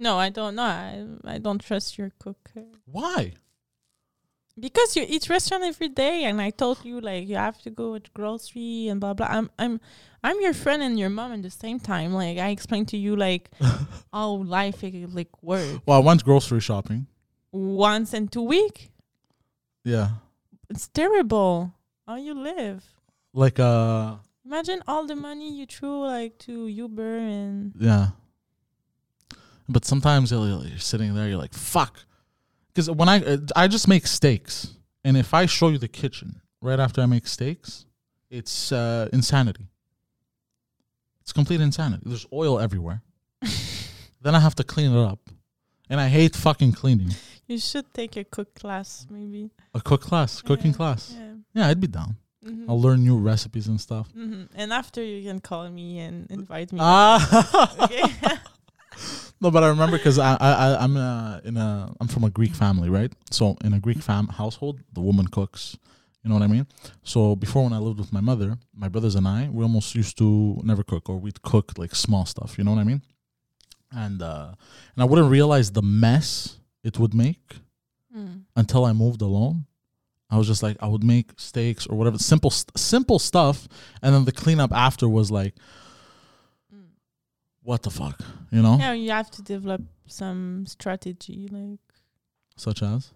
Speaker 2: No, I don't know. I, I don't trust your cook. uh,
Speaker 1: Why?
Speaker 2: because you eat restaurant every day and i told you like you have to go with grocery and blah blah i'm i'm i'm your friend and your mom at the same time like i explained to you like how life is like work
Speaker 1: Well, I went grocery shopping.
Speaker 2: once in two week
Speaker 1: Yeah,
Speaker 2: it's terrible how you live
Speaker 1: like uh,
Speaker 2: imagine all the money you threw like to uber and
Speaker 1: yeah. But sometimes you're, like- you're sitting there, you're like, "Fuck," because when I uh, I just make steaks, and if I show you the kitchen right after I make steaks, it's uh, insanity. It's complete insanity. There's oil everywhere. then I have to clean it up, and I hate fucking cleaning.
Speaker 2: you should take a cook class maybe
Speaker 1: A cook class, cooking
Speaker 2: Yeah,
Speaker 1: class.
Speaker 2: yeah
Speaker 1: Yeah, I'd be down.
Speaker 2: Mhm.
Speaker 1: I'll learn new recipes and stuff.
Speaker 2: Mm-hmm. Mhm. and after you can call me and invite me
Speaker 1: Ah,
Speaker 2: okay
Speaker 1: No, but I remember because I, I, I I'm uh, in a I'm from a Greek family, right? So in a Greek fam household, the woman cooks. You know what I mean? So before, when I lived with my mother, my brothers and I, we almost used to never cook, or we'd cook like small stuff. You know what I mean? And uh, and I wouldn't realize the mess it would make
Speaker 2: Mm.
Speaker 1: until I moved alone. I was just like, I would make steaks or whatever, simple, st- simple stuff, and then the cleanup after was like,
Speaker 2: Mm.
Speaker 1: what the fuck, you know?
Speaker 2: Yeah, you have to develop some strategy. Like
Speaker 1: Such as,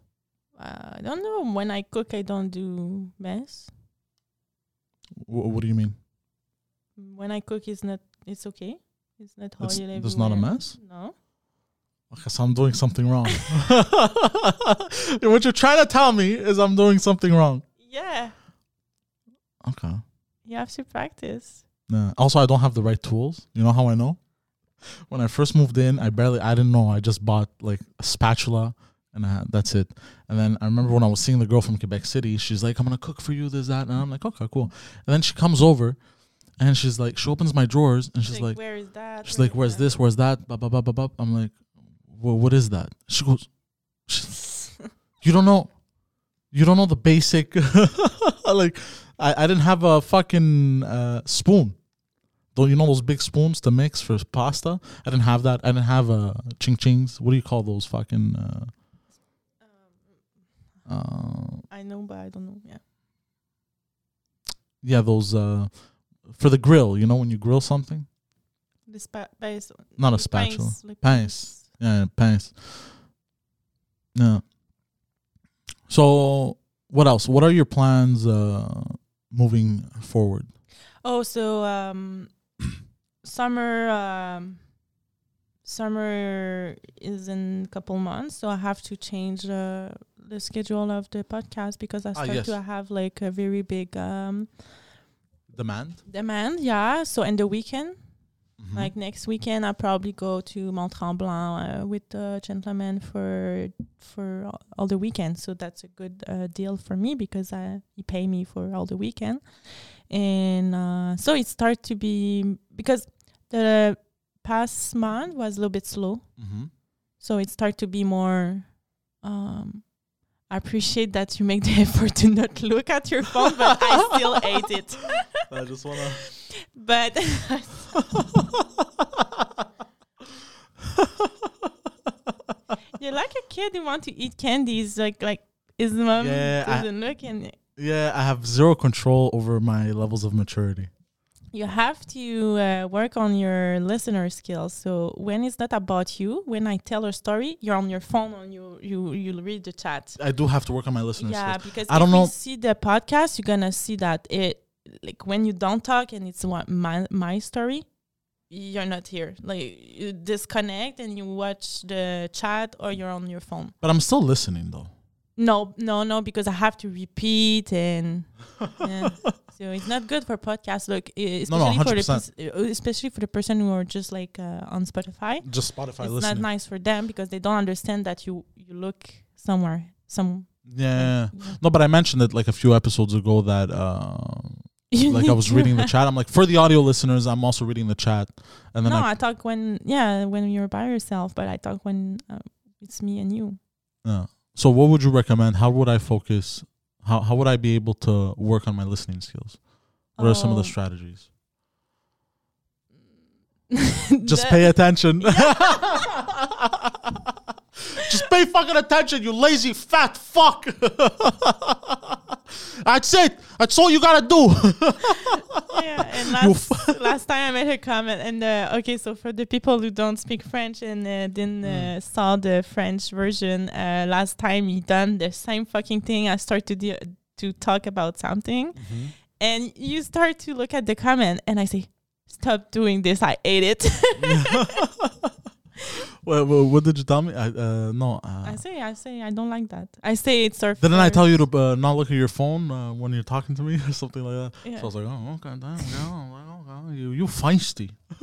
Speaker 2: uh, I don't know. When I cook, I don't do mess.
Speaker 1: w- what do you mean?
Speaker 2: When I cook, it's not. It's okay. It's not
Speaker 1: It's-
Speaker 2: oil
Speaker 1: there's not a
Speaker 2: everywhere.
Speaker 1: mess?
Speaker 2: No.
Speaker 1: Okay, so I'm doing something wrong. what you're trying to tell me is I'm doing something wrong.
Speaker 2: Yeah,
Speaker 1: Okay.
Speaker 2: you have to practice.
Speaker 1: Nah. Also, I don't have the right tools. You know how I know? When I first moved in, I barely, I didn't know. I just bought like a spatula and I, that's it. And then I remember when I was seeing the girl from Quebec City, she's like, I'm going to cook for you, this, that. And I'm like, okay, cool. And then she comes over and she's like, she opens my drawers and she's like,
Speaker 2: where is that?
Speaker 1: She's like, "Where's this? Where's that?" Blah blah blah blah blah. I'm like, "Well, what is that?" She goes, she's- "You don't know, you don't know the basic." like, I, I didn't have a fucking uh, spoon. Don't you know those big spoons to mix for pasta? I didn't have that. I didn't have uh, ching chings. What do you call those fucking? Uh, uh,
Speaker 2: Um, I know, but I don't know. Yeah.
Speaker 1: yeah, those uh, for the grill. You know when you grill something.
Speaker 2: The spa- base,
Speaker 1: Not a
Speaker 2: the pines,
Speaker 1: spatula.
Speaker 2: like
Speaker 1: Pines. Yeah, yeah, pants. Yeah. So, what else? What are your plans uh, moving forward?
Speaker 2: Oh, so um, summer um, summer is in a couple months, so I have to change uh, the schedule of the podcast because I start
Speaker 1: yes.
Speaker 2: to have like a very big um,
Speaker 1: Demand.
Speaker 2: demand. Yeah, so in the weekend,
Speaker 1: Mm-hmm.
Speaker 2: like next weekend, I'll probably go to Mont Tremblant uh, with the gentleman for for all- all the weekend. So that's a good uh, deal for me because I, he pay me for all the weekend, and uh, so it start to be because the past month was a little bit slow,
Speaker 1: mm-hmm.
Speaker 2: so it start to be more. Um, I appreciate that you make the effort to not look at your phone, but I still hate it.
Speaker 1: I just wanna.
Speaker 2: But You're like a kid who want to eat candies. Like like his mom
Speaker 1: Yeah, I-
Speaker 2: doesn't look, and
Speaker 1: yeah, I have zero control over my levels of maturity.
Speaker 2: you have to uh, work on your listener skills. So when it's not about you, when I tell a story, you're on your phone, and you you you read the chat.
Speaker 1: I do have to work on my listeners.
Speaker 2: yeah,
Speaker 1: Yeah.
Speaker 2: because
Speaker 1: I
Speaker 2: if
Speaker 1: don't
Speaker 2: you
Speaker 1: know-
Speaker 2: see the podcast, you're gonna see that it like when you don't talk and it's what my my story, you're not here. Like you disconnect and you watch the chat or you're on your phone.
Speaker 1: But I'm still listening though.
Speaker 2: No, no, no, because I have to repeat and yeah. so it's not good for podcasts. Look, i-
Speaker 1: No, no,
Speaker 2: especially for the
Speaker 1: 100%.
Speaker 2: pers- uh, especially for the person who are just like uh, on Spotify.
Speaker 1: Just Spotify
Speaker 2: it's
Speaker 1: listening.
Speaker 2: not nice for them because they don't understand that you you look somewhere some.
Speaker 1: yeah. No, but I mentioned it like a few episodes ago that. Uh, like I was reading the chat. I'm like, for the audio listeners, I'm also reading the chat, and then
Speaker 2: no,
Speaker 1: I,
Speaker 2: I talk when yeah when you're by yourself, but I talk when uh, it's me and you.
Speaker 1: yeah. so what would you recommend? How would I focus? How how would I be able to work on my listening skills? What are some of the
Speaker 2: Um,
Speaker 1: strategies? Just
Speaker 2: the-
Speaker 1: pay attention. Just pay fucking attention, you lazy fat fuck. That's it. That's all you gotta do.
Speaker 2: yeah, and last, last time I made a comment, and uh, okay, so for the people who don't speak French and uh, didn't uh,
Speaker 1: Mm.
Speaker 2: saw the French version, uh, last time he done the same fucking thing. I start to de- to talk about something, and you start to look at the comment, and I say, "Stop doing this! I hate it."
Speaker 1: Wha- wha- what did you tell me? I, uh, no. Uh,
Speaker 2: I say, "I say, I don't like that." I say it's our.
Speaker 1: didn't I
Speaker 2: first-
Speaker 1: tell you to uh, not look at your phone uh, when you're talking to me or something like that?
Speaker 2: Yeah.
Speaker 1: So I was like, oh, okay, damn, yeah, well, okay, you, you feisty.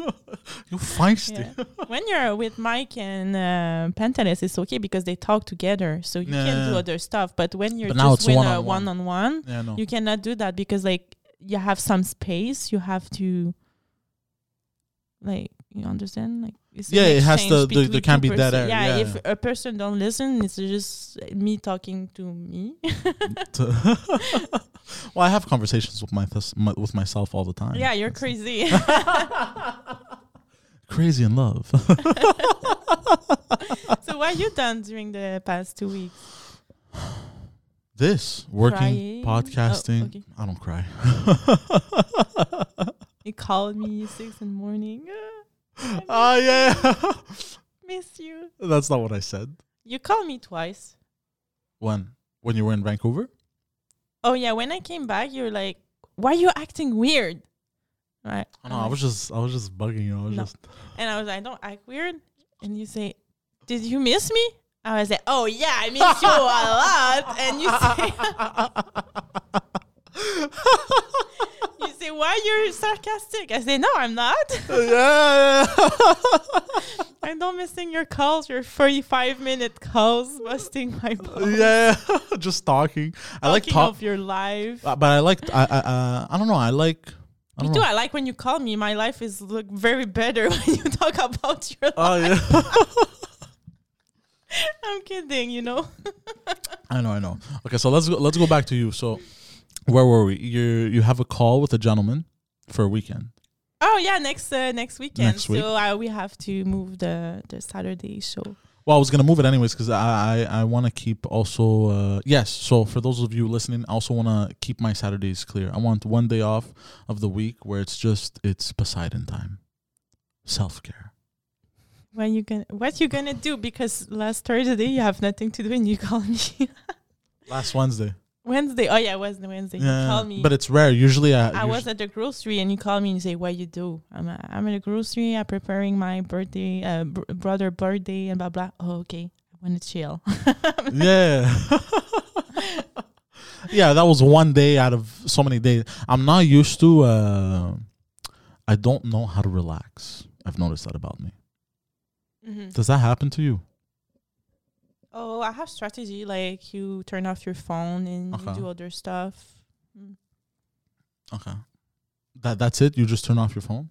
Speaker 1: you feisty.
Speaker 2: Yeah. when you're with Mike and uh, Pantelis, it's okay because they talk together, so you can do
Speaker 1: Yeah.
Speaker 2: other stuff. But when you're
Speaker 1: But now
Speaker 2: just with
Speaker 1: it's
Speaker 2: a
Speaker 1: one-on-one.
Speaker 2: one-on-one,
Speaker 1: Yeah, no.
Speaker 2: you cannot do that because like you have some space, you have to, like you understand, like it's
Speaker 1: Yeah,
Speaker 2: an
Speaker 1: it has
Speaker 2: exchange
Speaker 1: to- there- there
Speaker 2: between
Speaker 1: can't
Speaker 2: two
Speaker 1: be dead
Speaker 2: person.
Speaker 1: air,
Speaker 2: Yeah,
Speaker 1: yeah,
Speaker 2: if a person don't listen, it's just me talking to me.
Speaker 1: well, I have conversations with my, thus my with myself all the time.
Speaker 2: yeah, you're crazy.
Speaker 1: crazy in love.
Speaker 2: so what you done during the past two weeks?
Speaker 1: this working,
Speaker 2: Crying? Oh,
Speaker 1: podcasting.
Speaker 2: okay.
Speaker 1: I don't cry.
Speaker 2: You called me six in the morning. Ah, I
Speaker 1: Ah, yeah.
Speaker 2: miss you.
Speaker 1: That's not what I said.
Speaker 2: You called me twice.
Speaker 1: When when you were in Vancouver.
Speaker 2: Oh yeah, when I came back, you were like, "Why you acting weird?" Right?
Speaker 1: Oh, no, I was just I was just bugging you. I was
Speaker 2: No.
Speaker 1: just
Speaker 2: and I was like, "I don't act weird." And you say, "Did you miss me?" I was like, "Oh yeah, I miss you a lot." And you say, "You say why you're sarcastic?" I say, "No, I'm not.
Speaker 1: yeah.
Speaker 2: I don't missing your calls, your 45 minute calls, busting my balls,
Speaker 1: yeah, just talking. I like
Speaker 2: talking
Speaker 1: talk,
Speaker 2: of your life."
Speaker 1: uh, but I like I I uh, I don't know. I like. I
Speaker 2: Me
Speaker 1: don't
Speaker 2: too.
Speaker 1: know.
Speaker 2: I like when you call me. My life is look very better when you talk about your. life.
Speaker 1: Oh yeah,
Speaker 2: I'm kidding, you know.
Speaker 1: I know, I know. Okay, so let's go, let's go back to you. So, where were we? You you have a call with a gentleman for a weekend.
Speaker 2: Oh yeah, next uh, next weekend.
Speaker 1: Next week.
Speaker 2: So uh, we have to move the the Saturday show.
Speaker 1: Well, I was gonna move it anyways because I I, I want to keep also uh, yes. So for those of you listening, I also want to keep my Saturdays clear. I want one day off of the week where it's just it's Poseidon time, self care.
Speaker 2: When you gonna what you gonna do? Because last Thursday you have nothing to do and you call me
Speaker 1: Last Wednesday,
Speaker 2: Wednesday. Oh yeah, it was the Wednesday. you call me.
Speaker 1: but it's rare. Usually, uh, I,
Speaker 2: I was at the grocery and you call me and you say, "What you do?" I'm uh, I'm at the grocery. I'm preparing my birthday, uh, br- brother birthday, and blah blah. Oh okay, I want to chill.
Speaker 1: yeah. yeah, that was one day out of so many days. I'm not used to uh I don't know how to relax. I've noticed that about me.
Speaker 2: Mhm.
Speaker 1: Does that happen to you?
Speaker 2: Oh, I have strategy. Like you turn off your phone and you
Speaker 1: Okay.
Speaker 2: do other stuff.
Speaker 1: Okay. That that's it? You just turn off your phone?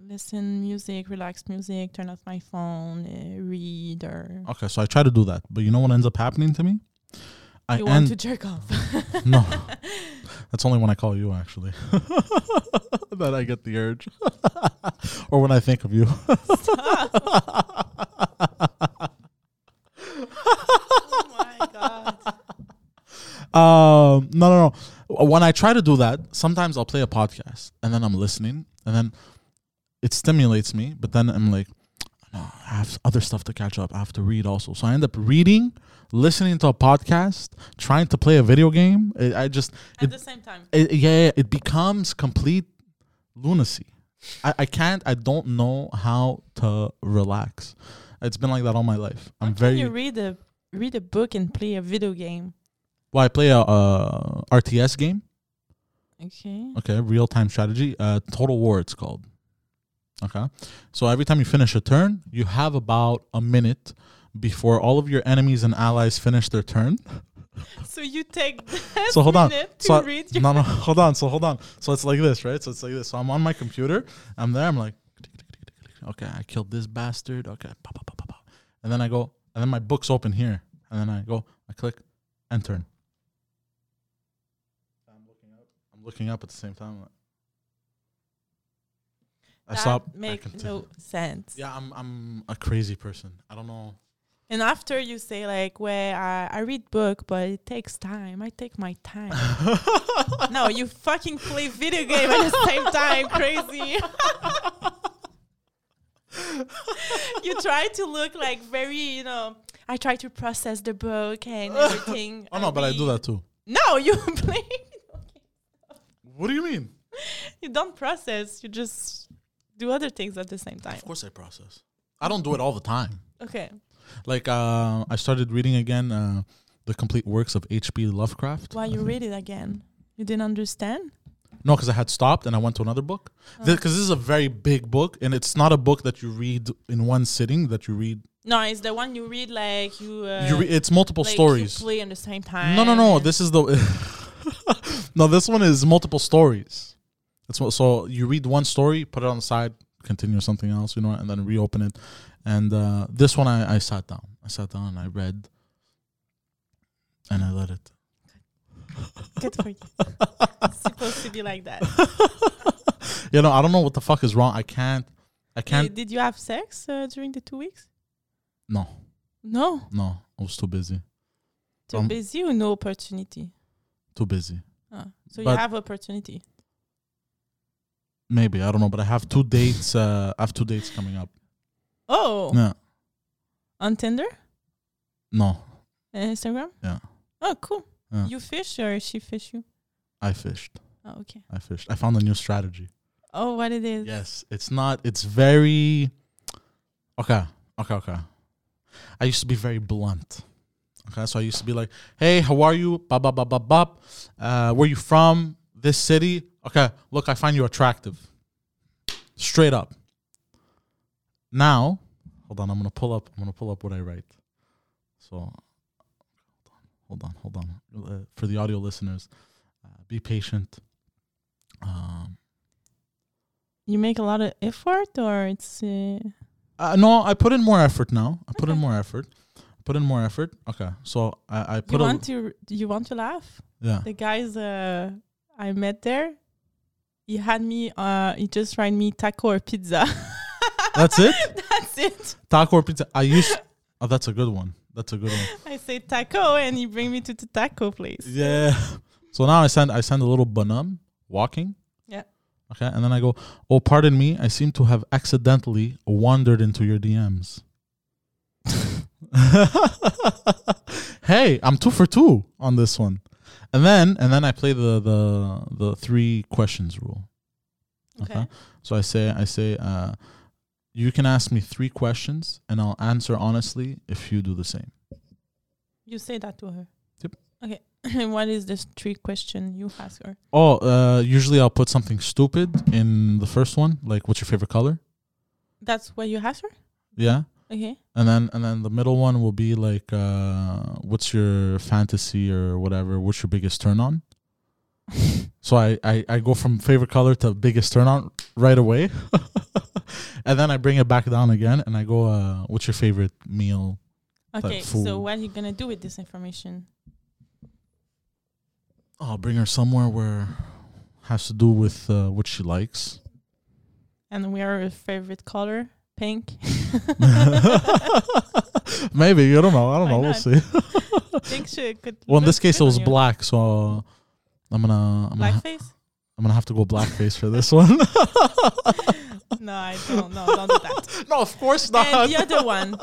Speaker 2: Listen music, relax music. Turn off my phone. Uh, read or
Speaker 1: Okay, so I try to do that. But you know what ends up happening to me? I
Speaker 2: you want
Speaker 1: end
Speaker 2: to jerk off.
Speaker 1: No. That's only when I call you actually. that I get the urge. or when I think of you.
Speaker 2: oh my god.
Speaker 1: Um, no, no, no. When I try to do that, sometimes I'll play a podcast and then I'm listening and then it stimulates me, but then I'm like, no, I have other stuff to catch up. I have to read also. So I end up reading, listening to a podcast, trying to play a video game. It, I just,
Speaker 2: At
Speaker 1: it,
Speaker 2: the same time,
Speaker 1: it, Eh, yeah, yeah, it becomes complete lunacy. I, I can't, I don't know how to relax. It's been like that all my life. I'm
Speaker 2: can you
Speaker 1: very,
Speaker 2: read a read a book and play a video game?
Speaker 1: well, I play a uh, RTS game.
Speaker 2: Okay.
Speaker 1: Okay, real time strategy. Uh, Total War, it's called. Okay, so every time you finish a turn, you have about a minute before all of your enemies and allies finish their turn.
Speaker 2: So you take that
Speaker 1: So hold on.
Speaker 2: minute to
Speaker 1: So I-
Speaker 2: read your
Speaker 1: no, no, hold on. So hold on. So it's like this, right? So it's like this. So I'm on my computer. I'm there. I'm like, okay, I killed this bastard. Okay, pa, pa, pa, pa, pa. and then I go, and then my book's open here, and then I go, I click, and turn. I'm looking up. I'm looking up at the same time. like- I
Speaker 2: that
Speaker 1: stop. I
Speaker 2: make
Speaker 1: continue.
Speaker 2: no sense.
Speaker 1: Yeah, I'm I'm a crazy person. I don't know.
Speaker 2: And after you say like, "Well, I, I read book, but it takes time. I take my time." no, you fucking play video game at the same time. Crazy. you try to look like very, you know. I try to process the book and everything.
Speaker 1: Oh no, but I do
Speaker 2: read.
Speaker 1: that too.
Speaker 2: No, you play.
Speaker 1: What do you mean?
Speaker 2: you don't process. You just do other things at the same time.
Speaker 1: Of course, I process. I don't do it all the time.
Speaker 2: Okay.
Speaker 1: Like uh, I started reading again uh, the complete works of H.P. Lovecraft.
Speaker 2: Why you read it again? You didn't understand?
Speaker 1: No, because I had stopped and I went to another book.
Speaker 2: Oh.
Speaker 1: Because this is a very big book, and it's not a book that you read in one sitting. That you read,
Speaker 2: No, it's the one you read like you. Uh,
Speaker 1: you re- it's multiple
Speaker 2: like
Speaker 1: stories.
Speaker 2: You play at the same time.
Speaker 1: No, no, no.
Speaker 2: and-
Speaker 1: This is the no. This one is multiple stories. It's what, so you read one story, put it on the side, continue something else, you know, and then reopen it. And uh, this one, I, I sat down. I sat down and I read, and I let it.
Speaker 2: Good for you. It's supposed to be like that.
Speaker 1: You know, I don't know what the fuck is wrong. I can't. I
Speaker 2: Did,
Speaker 1: can't.
Speaker 2: did you have sex uh, during the two weeks?
Speaker 1: No,
Speaker 2: No.
Speaker 1: no. I was too busy.
Speaker 2: Too
Speaker 1: Um,
Speaker 2: busy or no opportunity?
Speaker 1: Too busy.
Speaker 2: Ah, so you
Speaker 1: but-
Speaker 2: have opportunity.
Speaker 1: Maybe I don't know, but I have two dates. Uh, I have two dates coming up.
Speaker 2: Oh,
Speaker 1: Yeah.
Speaker 2: on Tinder?
Speaker 1: No,
Speaker 2: and Instagram?
Speaker 1: Yeah.
Speaker 2: Oh, cool.
Speaker 1: Yeah.
Speaker 2: You fish or she fish you?
Speaker 1: I fished.
Speaker 2: Oh, okay.
Speaker 1: I fished. I found a new strategy.
Speaker 2: Oh, what it is?
Speaker 1: Yes, it's not. It's very. Okay, okay, okay. I used to be very blunt. Okay, so I used to be like, "Hey, how are you? Bop, bop, bop, bop, bop. Uh, where you from? This city? Okay, look, I find you attractive. Straight up. Now, hold on. I'm gonna pull up. I'm gonna pull up what I write. So, hold on, hold on, hold on. Uh, for the audio listeners, uh, be patient. Um,
Speaker 2: You make a lot of effort, or it's uh,
Speaker 1: Uh, no, I put in more effort now. I put in
Speaker 2: Okay.
Speaker 1: more effort. Put in more effort. Okay, so I, I
Speaker 2: you
Speaker 1: put a,
Speaker 2: want to you want to laugh.
Speaker 1: yeah.
Speaker 2: The guys uh, I met there, he had me. Uh, he just tried me taco or pizza.
Speaker 1: That's it?
Speaker 2: That's it.
Speaker 1: Taco or pizza? I used. Oh, that's a good one. That's a good one.
Speaker 2: I say taco, and he bring me to the taco place.
Speaker 1: Yeah. So now I send I send a little banum walking.
Speaker 2: Yeah.
Speaker 1: Okay, and then I go. Oh, pardon me. I seem to have accidentally wandered into your DMs. hey, I'm two for two on this one, and then and then I play the the the three questions rule.
Speaker 2: Okay.
Speaker 1: So I say, I say, uh, you can ask me three questions, and I'll answer honestly if you do the same.
Speaker 2: You say that to her.
Speaker 1: Yep.
Speaker 2: Okay. And what is this three question you ask her?
Speaker 1: Oh, uh, usually I'll put something stupid in the first one, like what's your favorite color?
Speaker 2: That's what you ask her.
Speaker 1: Yeah,
Speaker 2: Okay.
Speaker 1: and then and then the middle one will be like, uh, what's your fantasy or whatever? What's your biggest turn on? So I, I, I go from favorite color to biggest turn on right away. and then I bring it back down again and I go, uh, what's your favorite meal?
Speaker 2: Okay,
Speaker 1: Like
Speaker 2: so
Speaker 1: food.
Speaker 2: what are you gonna do with this information?
Speaker 1: I'll Oh, bring her somewhere where has to do with uh, what she likes.
Speaker 2: And we are your favorite color, pink.
Speaker 1: Maybe you don't know. I don't
Speaker 2: Why
Speaker 1: know. We'll
Speaker 2: not?
Speaker 1: see.
Speaker 2: Pink should could.
Speaker 1: Well, in this
Speaker 2: look
Speaker 1: case, it
Speaker 2: good
Speaker 1: was
Speaker 2: on you.
Speaker 1: black, so I'm gonna I'm gonna,
Speaker 2: Blackface?
Speaker 1: I'm gonna have to go blackface for this one.
Speaker 2: no, I don't. No, don't do that.
Speaker 1: no, of course
Speaker 2: and the other one,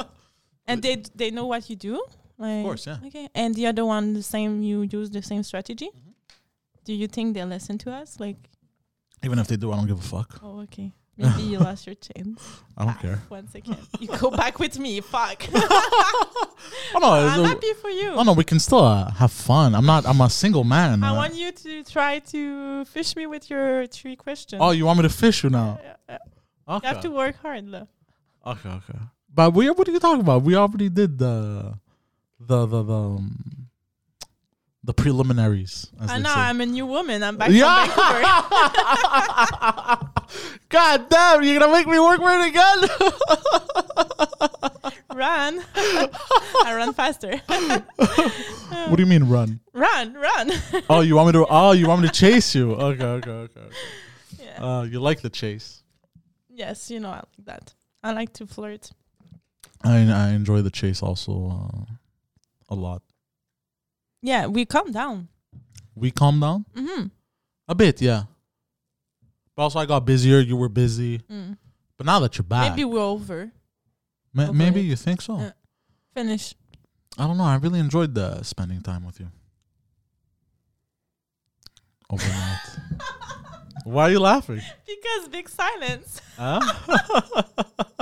Speaker 2: and they they know what you do.
Speaker 1: Of
Speaker 2: Like,
Speaker 1: course, yeah.
Speaker 2: Okay, and the other one, the same. You use the same strategy.
Speaker 1: Mm-hmm.
Speaker 2: Do you think they listen to us? Like,
Speaker 1: Even if they do, I don't give a fuck.
Speaker 2: oh, okay, maybe you lost your chance.
Speaker 1: I don't care.
Speaker 2: Once again, you go back with me. Fuck.
Speaker 1: Oh no,
Speaker 2: I'm
Speaker 1: the-
Speaker 2: happy for you.
Speaker 1: oh no, we can still uh, have fun. I'm not. I'm a single man.
Speaker 2: I
Speaker 1: uh,
Speaker 2: want you to try to fish me with your three questions.
Speaker 1: oh, you want me to fish you now?
Speaker 2: Yeah, yeah.
Speaker 1: Okay.
Speaker 2: You have to work hard, là.
Speaker 1: Okay, okay. But we what are you talking about? We already did the the the the, um, the preliminaries. As
Speaker 2: I
Speaker 1: they
Speaker 2: know
Speaker 1: say.
Speaker 2: I'm a new woman. I'm back
Speaker 1: Yeah.
Speaker 2: from Vancouver.
Speaker 1: God damn, you're gonna make me work for it again.
Speaker 2: run. I run faster. Uh,
Speaker 1: what do you mean run?
Speaker 2: run, run.
Speaker 1: Oh, you want me to? Oh, you want me to chase you? Okay, okay, okay. okay.
Speaker 2: Yeah.
Speaker 1: Uh, you like the chase?
Speaker 2: yes, you know I like that. I like to flirt.
Speaker 1: I I enjoy the chase also uh, a lot.
Speaker 2: Yeah, we calm down.
Speaker 1: We calm down
Speaker 2: Mm-hmm.
Speaker 1: a bit, yeah. But also, I got busier. You were busy.
Speaker 2: Mm.
Speaker 1: But now that you're back,
Speaker 2: Maybe we're over.
Speaker 1: Ma-
Speaker 2: Over
Speaker 1: maybe
Speaker 2: it.
Speaker 1: you think so.
Speaker 2: Yeah. Finish.
Speaker 1: I don't know. I really enjoyed the spending time with you. Overnight. Why are you laughing?
Speaker 2: Because big silence.
Speaker 1: Huh?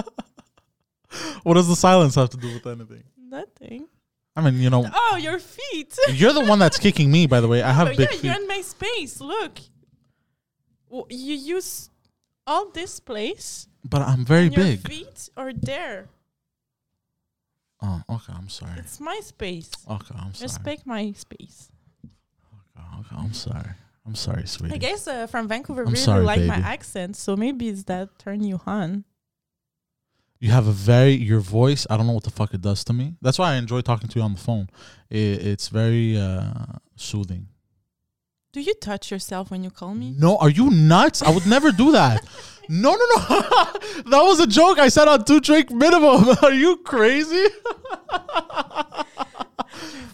Speaker 1: what does the silence have to do with anything?
Speaker 2: Nothing.
Speaker 1: I mean, you know,
Speaker 2: Oh, your feet.
Speaker 1: you're the one that's kicking me. By the way, I have
Speaker 2: But
Speaker 1: big
Speaker 2: yeah,
Speaker 1: feet.
Speaker 2: you're in my space. Look, W- you use all this place.
Speaker 1: but I'm very
Speaker 2: and your
Speaker 1: big.
Speaker 2: feet are there.
Speaker 1: Oh, okay. I'm sorry.
Speaker 2: It's my space.
Speaker 1: Okay, Oh, I'm sorry.
Speaker 2: Respect my space.
Speaker 1: Okay, okay, I'm sorry. I'm sorry, sweetie.
Speaker 2: I guess uh, from Vancouver,
Speaker 1: I'm
Speaker 2: really
Speaker 1: sorry,
Speaker 2: like my
Speaker 1: baby.
Speaker 2: accent, so maybe it's that turn you on.
Speaker 1: you have a very your voice i don't know what the fuck it does to me that's why i enjoy talking to you on the phone it, it's very uh soothing
Speaker 2: Do you touch yourself when you call me?
Speaker 1: no are you nuts i would never do that no no no that was a joke i said on two drink minimum are you crazy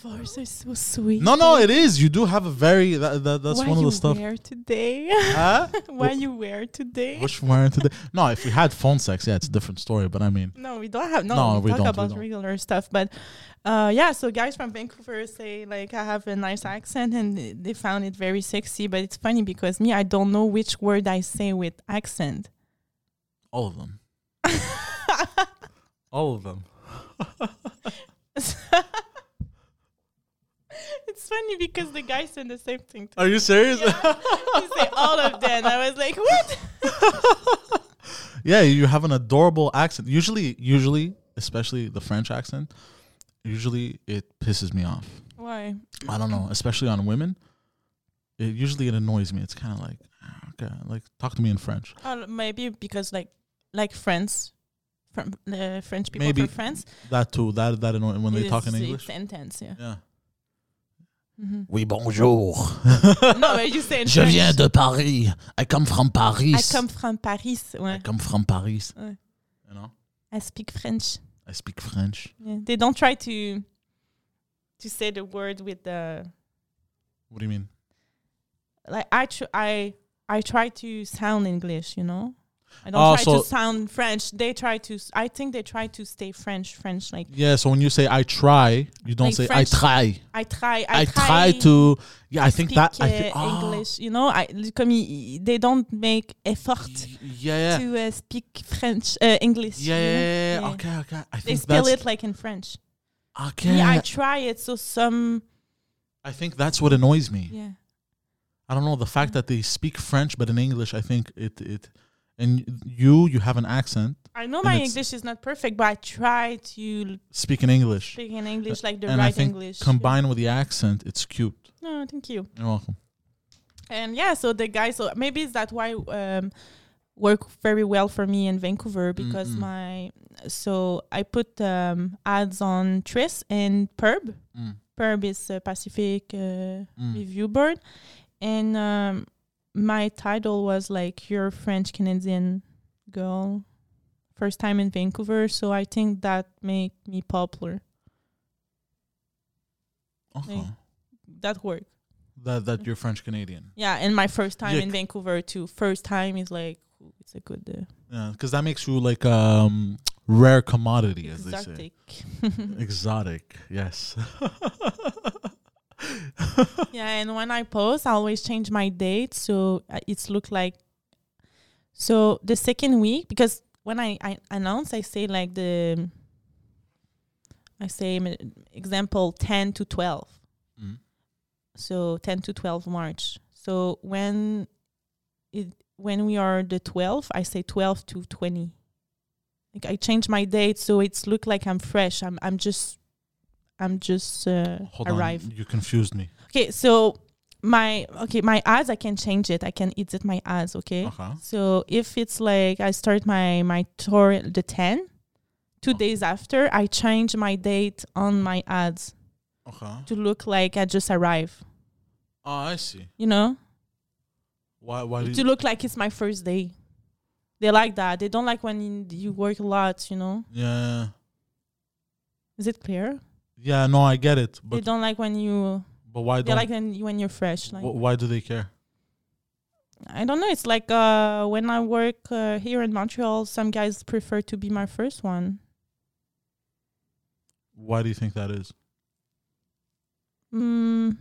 Speaker 2: Your voice is so sweet.
Speaker 1: no no it is you do have a very that, that, that's
Speaker 2: Why
Speaker 1: one of
Speaker 2: you
Speaker 1: the stuff
Speaker 2: wear today?
Speaker 1: huh?
Speaker 2: Why you wear today?
Speaker 1: which one today no if we had phone sex yeah it's a different story but i mean
Speaker 2: No, we don't have no.
Speaker 1: No,
Speaker 2: we,
Speaker 1: we
Speaker 2: talk
Speaker 1: don't, we
Speaker 2: about
Speaker 1: don't.
Speaker 2: regular stuff, but uh, yeah. So guys from Vancouver say like I have a nice accent, and th- they found it very sexy. But it's funny because me, I don't know which word I say with accent.
Speaker 1: all of them all of them
Speaker 2: it's funny because the guy said the same thing. To
Speaker 1: are you serious
Speaker 2: me. He say all of them. I was like, what?
Speaker 1: Yeah, you have an adorable accent. Usually, usually, especially the French accent, usually it pisses me off.
Speaker 2: Why?
Speaker 1: I don't know, especially on women. It usually it annoys me. It's kind of like, ah, okay, like talk to me in French.
Speaker 2: Oh, maybe because like like France, from uh, French people
Speaker 1: Maybe
Speaker 2: from France.
Speaker 1: That too, that that annoy when they
Speaker 2: it
Speaker 1: talk in
Speaker 2: is-
Speaker 1: English.
Speaker 2: it's intense. Yeah.
Speaker 1: Yeah.
Speaker 2: Mhm.
Speaker 1: Oui bonjour.
Speaker 2: No, mais you say in
Speaker 1: Je viens
Speaker 2: French.
Speaker 1: de Paris. I come from
Speaker 2: I
Speaker 1: Paris.
Speaker 2: come from Oh. Paris.
Speaker 1: I
Speaker 2: Ouais.
Speaker 1: come from Paris.
Speaker 2: Ouais.
Speaker 1: You know,
Speaker 2: I speak French.
Speaker 1: I speak French.
Speaker 2: Yeah. They don't try to to say the word with the
Speaker 1: What do you mean?
Speaker 2: like. I tr- I I try to sound English. You know, I don't
Speaker 1: Oh,
Speaker 2: try
Speaker 1: so-
Speaker 2: to sound French. They try to. s- I think they try to stay French. French like
Speaker 1: Yeah, so when you say I try, you don't
Speaker 2: Like
Speaker 1: say
Speaker 2: French-
Speaker 1: I try.
Speaker 2: I try. I,
Speaker 1: I, try to. Yeah, I think
Speaker 2: speak
Speaker 1: that. I
Speaker 2: uh,
Speaker 1: think Ah.
Speaker 2: English. You know, I comme i- i- they don't make effort
Speaker 1: Y- Yeah, yeah.
Speaker 2: to uh, speak French uh, English.
Speaker 1: Yeah,
Speaker 2: you know?
Speaker 1: yeah, yeah, yeah.
Speaker 2: Yeah.
Speaker 1: Okay, okay. I
Speaker 2: They
Speaker 1: think
Speaker 2: spell
Speaker 1: that's
Speaker 2: it like in French.
Speaker 1: okay.
Speaker 2: yeah, I
Speaker 1: I,
Speaker 2: try it. So some
Speaker 1: think that's what annoys me.
Speaker 2: yeah.
Speaker 1: I don't know the fact that they speak French, but in English, I think it it. And you, you have an accent.
Speaker 2: I know
Speaker 1: And
Speaker 2: my
Speaker 1: it's-
Speaker 2: English is not perfect, but I try to l-
Speaker 1: Speak in English,
Speaker 2: speak in English like the
Speaker 1: Uh, and
Speaker 2: right
Speaker 1: I think
Speaker 2: English.
Speaker 1: combined with the accent, it's cute.
Speaker 2: No, thank you.
Speaker 1: You're welcome.
Speaker 2: And yeah, so the guy, so maybe is that why um, work very well for me in Vancouver
Speaker 1: Mm,
Speaker 2: because
Speaker 1: Mm-mm.
Speaker 2: my so I put um, ads on Tris and Perb.
Speaker 1: Mm,
Speaker 2: Perb is a Pacific uh,
Speaker 1: mm.
Speaker 2: review board, and um, my title was like "You're a French Canadian girl, first time in Vancouver." So I think that made me popular.
Speaker 1: Okay.
Speaker 2: That worked.
Speaker 1: That that you're French Canadian.
Speaker 2: Yeah, and my first time
Speaker 1: Yeah,
Speaker 2: in Vancouver too. First time is like ooh, it's a good uh,
Speaker 1: Yeah, because that makes you like um rare commodity, as they say.
Speaker 2: exotic. Mm-hmm.
Speaker 1: Exotic. Yes.
Speaker 2: yeah, and when I post, I always change my date so uh, it's look like. So the second week, because when I, I announce, I say like the. I say m- example ten to twelve.
Speaker 1: Mm.
Speaker 2: so 10 to 12 march so when it when we are the 12 i say 12 to 20 like i change my date so it's look like i'm fresh i'm i'm just i'm just uh,
Speaker 1: Hold
Speaker 2: arrive
Speaker 1: on, you confused me.
Speaker 2: okay so my okay my ads i can change it i can edit my ads okay
Speaker 1: Okay.
Speaker 2: so if it's like i start my my tour the 10 two
Speaker 1: Okay.
Speaker 2: days after i change my date on my ads
Speaker 1: Okay.
Speaker 2: to look like i just arrived
Speaker 1: Oh, I see.
Speaker 2: you know
Speaker 1: Why? Why do
Speaker 2: to
Speaker 1: you?
Speaker 2: look like it's my first day. They like that. They don't like when you work a lot, you know?
Speaker 1: Yeah.
Speaker 2: Is it clear?
Speaker 1: Yeah. No, I get it.
Speaker 2: they
Speaker 1: But
Speaker 2: don't like when you
Speaker 1: but why
Speaker 2: they
Speaker 1: don't?
Speaker 2: like when, when you're fresh. Like
Speaker 1: wh- why do they care?
Speaker 2: I don't know, it's like uh when I work uh, here in Montreal, some guys prefer to be my first one.
Speaker 1: Why do you think that is?
Speaker 2: Mm,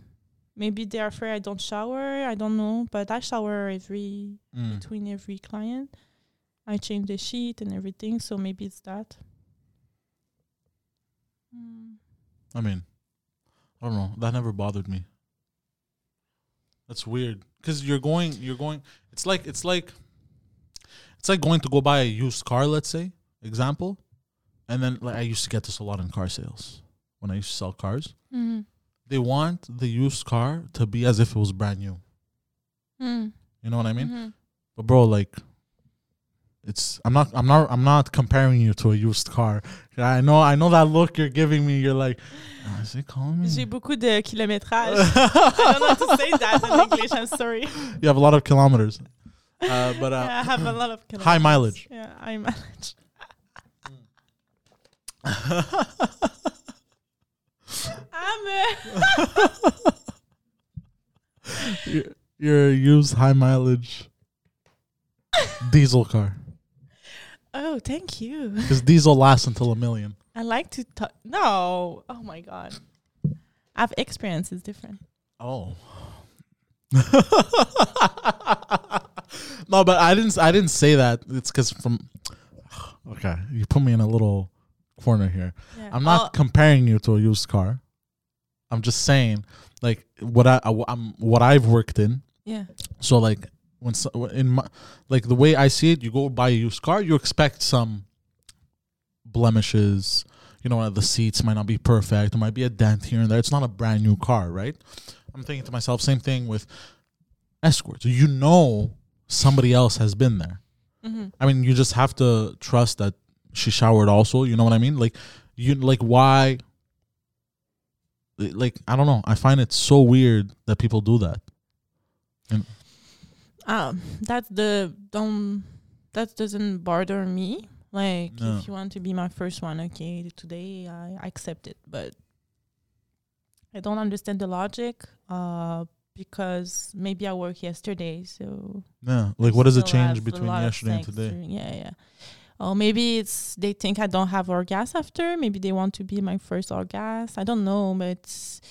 Speaker 2: maybe they're afraid I don't shower, I don't know, but I shower every
Speaker 1: Mm.
Speaker 2: between every client. I change the sheet and everything, so maybe it's that. Mm.
Speaker 1: I mean, I don't know. That never bothered me. That's weird. Cause you're going, you're going. It's like, it's like, it's like going to go buy a used car. Let's say example, and then like I used to get this a lot in car sales when I used to sell cars.
Speaker 2: Mm.
Speaker 1: They want the used car to be as if it was brand new.
Speaker 2: Mm.
Speaker 1: You know what I mean?
Speaker 2: Mhm.
Speaker 1: But bro, like, it's I'm not I'm not I'm not comparing you to a used car. I know I know that look you're giving me. You're like, "Ah, is it calling me?
Speaker 2: J'ai beaucoup de kilométrage. I don't know how to say that in English. I'm sorry.
Speaker 1: you have a lot of kilometers, uh, but uh,
Speaker 2: I have a lot of kilometers.
Speaker 1: high mileage.
Speaker 2: Yeah, high mileage. I'm a-
Speaker 1: You're, you're a used high mileage diesel car
Speaker 2: oh, thank you.
Speaker 1: because diesel lasts until a million.
Speaker 2: I like to talk. No. Oh my God. I've experience is different.
Speaker 1: Oh. no, but I didn't. I didn't say that. It's because from. Okay, you put me in a little corner here.
Speaker 2: Yeah.
Speaker 1: I'm not
Speaker 2: Well,
Speaker 1: comparing you to a used car. I'm just saying, like what I, I am what I've worked in.
Speaker 2: Oh, yeah.
Speaker 1: So like when so, in my, like the way I see it, you go buy a used car, you expect some blemishes. You know, the seats might not be perfect. There might be a dent here and there. It's not a brand new car, right? I'm thinking to myself, same thing with escorts. You know, somebody else has been there.
Speaker 2: Mhm.
Speaker 1: I mean, you just have to trust that she showered also. You know what I mean? Like, you like why? Like I don't know. I find it so weird that people do that.
Speaker 2: Um, that's the don't that doesn't bother me. Like
Speaker 1: No.
Speaker 2: if you want to be my first one, okay, today I, I accept it, but I don't understand the logic. Uh, because maybe I work yesterday, so
Speaker 1: Yeah. Like, what does it
Speaker 2: still
Speaker 1: change
Speaker 2: have a
Speaker 1: between
Speaker 2: lot of
Speaker 1: yesterday and
Speaker 2: sex
Speaker 1: today?
Speaker 2: during- yeah, yeah. Or maybe it's they think I don't have orgasm after. Maybe they want to be my first orgasm. I don't know, but it's-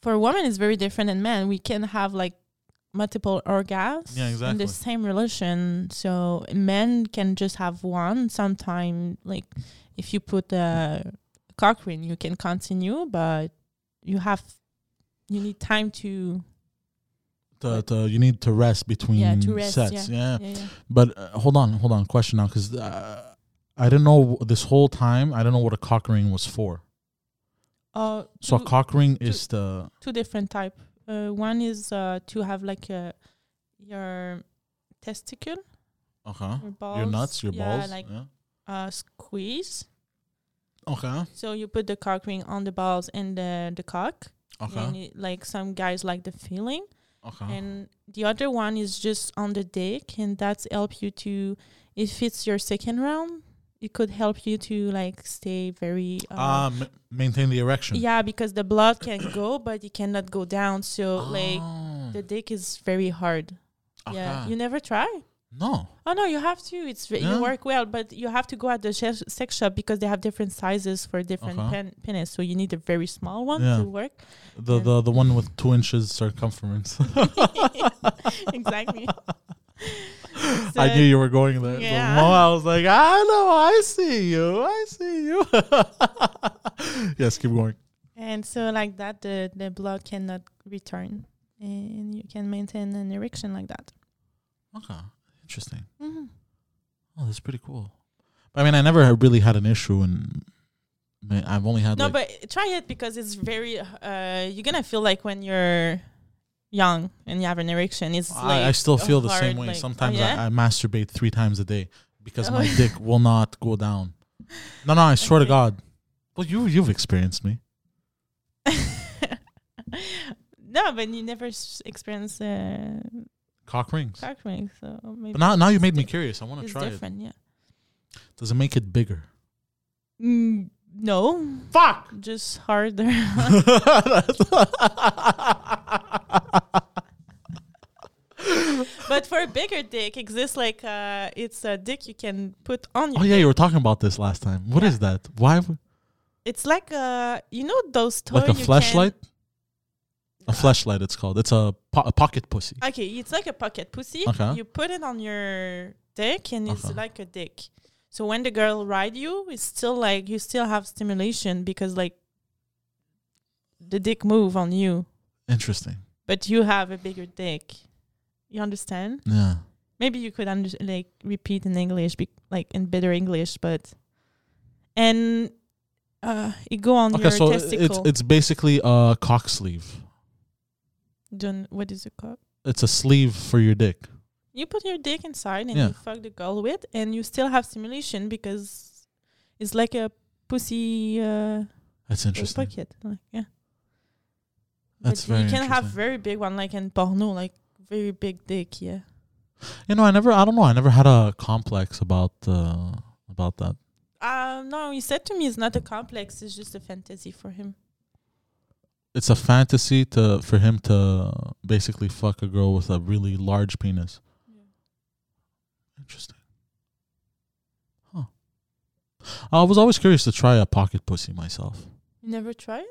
Speaker 2: for women it's very different than men. We can have like multiple orgasms
Speaker 1: Yeah,
Speaker 2: in
Speaker 1: exactly.
Speaker 2: the same relation. So men can just have one. Sometimes, like if you put a cock ring, you can continue, but you have you need time to
Speaker 1: To, to, you need to rest between
Speaker 2: Yeah, to rest,
Speaker 1: sets. Yeah.
Speaker 2: yeah, yeah.
Speaker 1: But uh, hold on, hold on. Question now, because uh, I didn't know this whole time. I didn't know what a cock ring was for.
Speaker 2: Uh,
Speaker 1: So
Speaker 2: to-
Speaker 1: a cock ring is the
Speaker 2: two different type. Uh, one is uh, to have like a your testicle,
Speaker 1: okay.
Speaker 2: your balls,
Speaker 1: Your nuts, your
Speaker 2: yeah,
Speaker 1: balls.
Speaker 2: like
Speaker 1: yeah.
Speaker 2: uh, squeeze.
Speaker 1: Okay.
Speaker 2: So you put the cock ring on the balls and the the cock, and
Speaker 1: Okay.
Speaker 2: it, like some guys like the feeling.
Speaker 1: Okay.
Speaker 2: And the other one is just on the dick, and that's help you to, if it's your second round, it could help you to like stay very. Uh,
Speaker 1: Uh, ma- maintain the erection.
Speaker 2: yeah, because the blood can go, but it cannot go down. So like
Speaker 1: Oh,
Speaker 2: the dick is very hard. Yeah,
Speaker 1: Ah, okay.
Speaker 2: you never try.
Speaker 1: no.
Speaker 2: Oh no, you have to. It's ve- you
Speaker 1: Yeah.
Speaker 2: work well, but you have to go at the chef- sex shop because they have different sizes for different
Speaker 1: Uh-huh.
Speaker 2: pen- penis. So you need a very small one
Speaker 1: Yeah.
Speaker 2: to work.
Speaker 1: The,
Speaker 2: Yeah.
Speaker 1: the the one with two inches circumference.
Speaker 2: exactly.
Speaker 1: I
Speaker 2: So-
Speaker 1: knew you were going there.
Speaker 2: yeah.
Speaker 1: The more I was like, I know, I see you, I see you. yes, keep going.
Speaker 2: And so like that, the the blood cannot return, and you can maintain an erection like that.
Speaker 1: Okay, interesting.
Speaker 2: Mhm.
Speaker 1: Oh, that's pretty cool. I mean, I never really had an issue, and I mean, I've only had
Speaker 2: No,
Speaker 1: like,
Speaker 2: but try it because it's very. Uh, you're gonna feel like when you're young and you have an erection, it's
Speaker 1: I,
Speaker 2: like
Speaker 1: I still feel the
Speaker 2: hard,
Speaker 1: same way.
Speaker 2: like- oh,
Speaker 1: Sometimes
Speaker 2: yeah?
Speaker 1: I, I masturbate three times a day because
Speaker 2: Oh.
Speaker 1: my dick will not go down. No, no, I swear to
Speaker 2: Okay.
Speaker 1: God. Well, you you've experienced me.
Speaker 2: no, but you never s- experience uh,
Speaker 1: Cock rings.
Speaker 2: cock ring, so maybe
Speaker 1: But now, now you made me
Speaker 2: di-
Speaker 1: curious. I want to
Speaker 2: it's
Speaker 1: try
Speaker 2: different.
Speaker 1: it. Does it make it bigger?
Speaker 2: Yeah. Mm, no,
Speaker 1: Fuck.
Speaker 2: just harder.
Speaker 1: Oh,
Speaker 2: but for a bigger dick, exists like uh, it's a dick you can put on.
Speaker 1: Oh
Speaker 2: Your
Speaker 1: yeah, you were talking about this last time. What is that? Why? w-
Speaker 2: It's like uh, you know those toys.
Speaker 1: Like a
Speaker 2: you can-
Speaker 1: flashlight? A flashlight. It's called. It's a, po- a pocket pussy.
Speaker 2: Okay, it's like a pocket pussy.
Speaker 1: Okay.
Speaker 2: You put it on your dick, and it's
Speaker 1: Okay.
Speaker 2: like a dick. So when the girl ride you, it's still like you still have stimulation because like the dick move on you,
Speaker 1: Interesting.
Speaker 2: but you have a bigger dick. You understand?
Speaker 1: Yeah.
Speaker 2: Maybe you could under- like repeat in English, be- like in better English, but and uh, it go on
Speaker 1: Okay,
Speaker 2: your
Speaker 1: so it's
Speaker 2: testicle.
Speaker 1: it's basically a cock sleeve.
Speaker 2: Don't- what is it called?
Speaker 1: it's a sleeve for your dick.
Speaker 2: You put your dick inside and
Speaker 1: Yeah.
Speaker 2: you fuck the girl with, and you still have stimulation because it's like a pussy uh,
Speaker 1: That's interesting.
Speaker 2: pocket. Like, yeah.
Speaker 1: That's
Speaker 2: but
Speaker 1: very
Speaker 2: you can have
Speaker 1: interesting.
Speaker 2: very big one, like in porno, like very big dick. Yeah.
Speaker 1: You know, I never. I don't know. I never had a complex about uh, about that.
Speaker 2: Um, no, he said to me it's not a complex, it's just a fantasy for him.
Speaker 1: It's a fantasy to for him to basically fuck a girl with a really large penis. Interesting. Huh. I was always curious to try a pocket pussy myself.
Speaker 2: You never tried?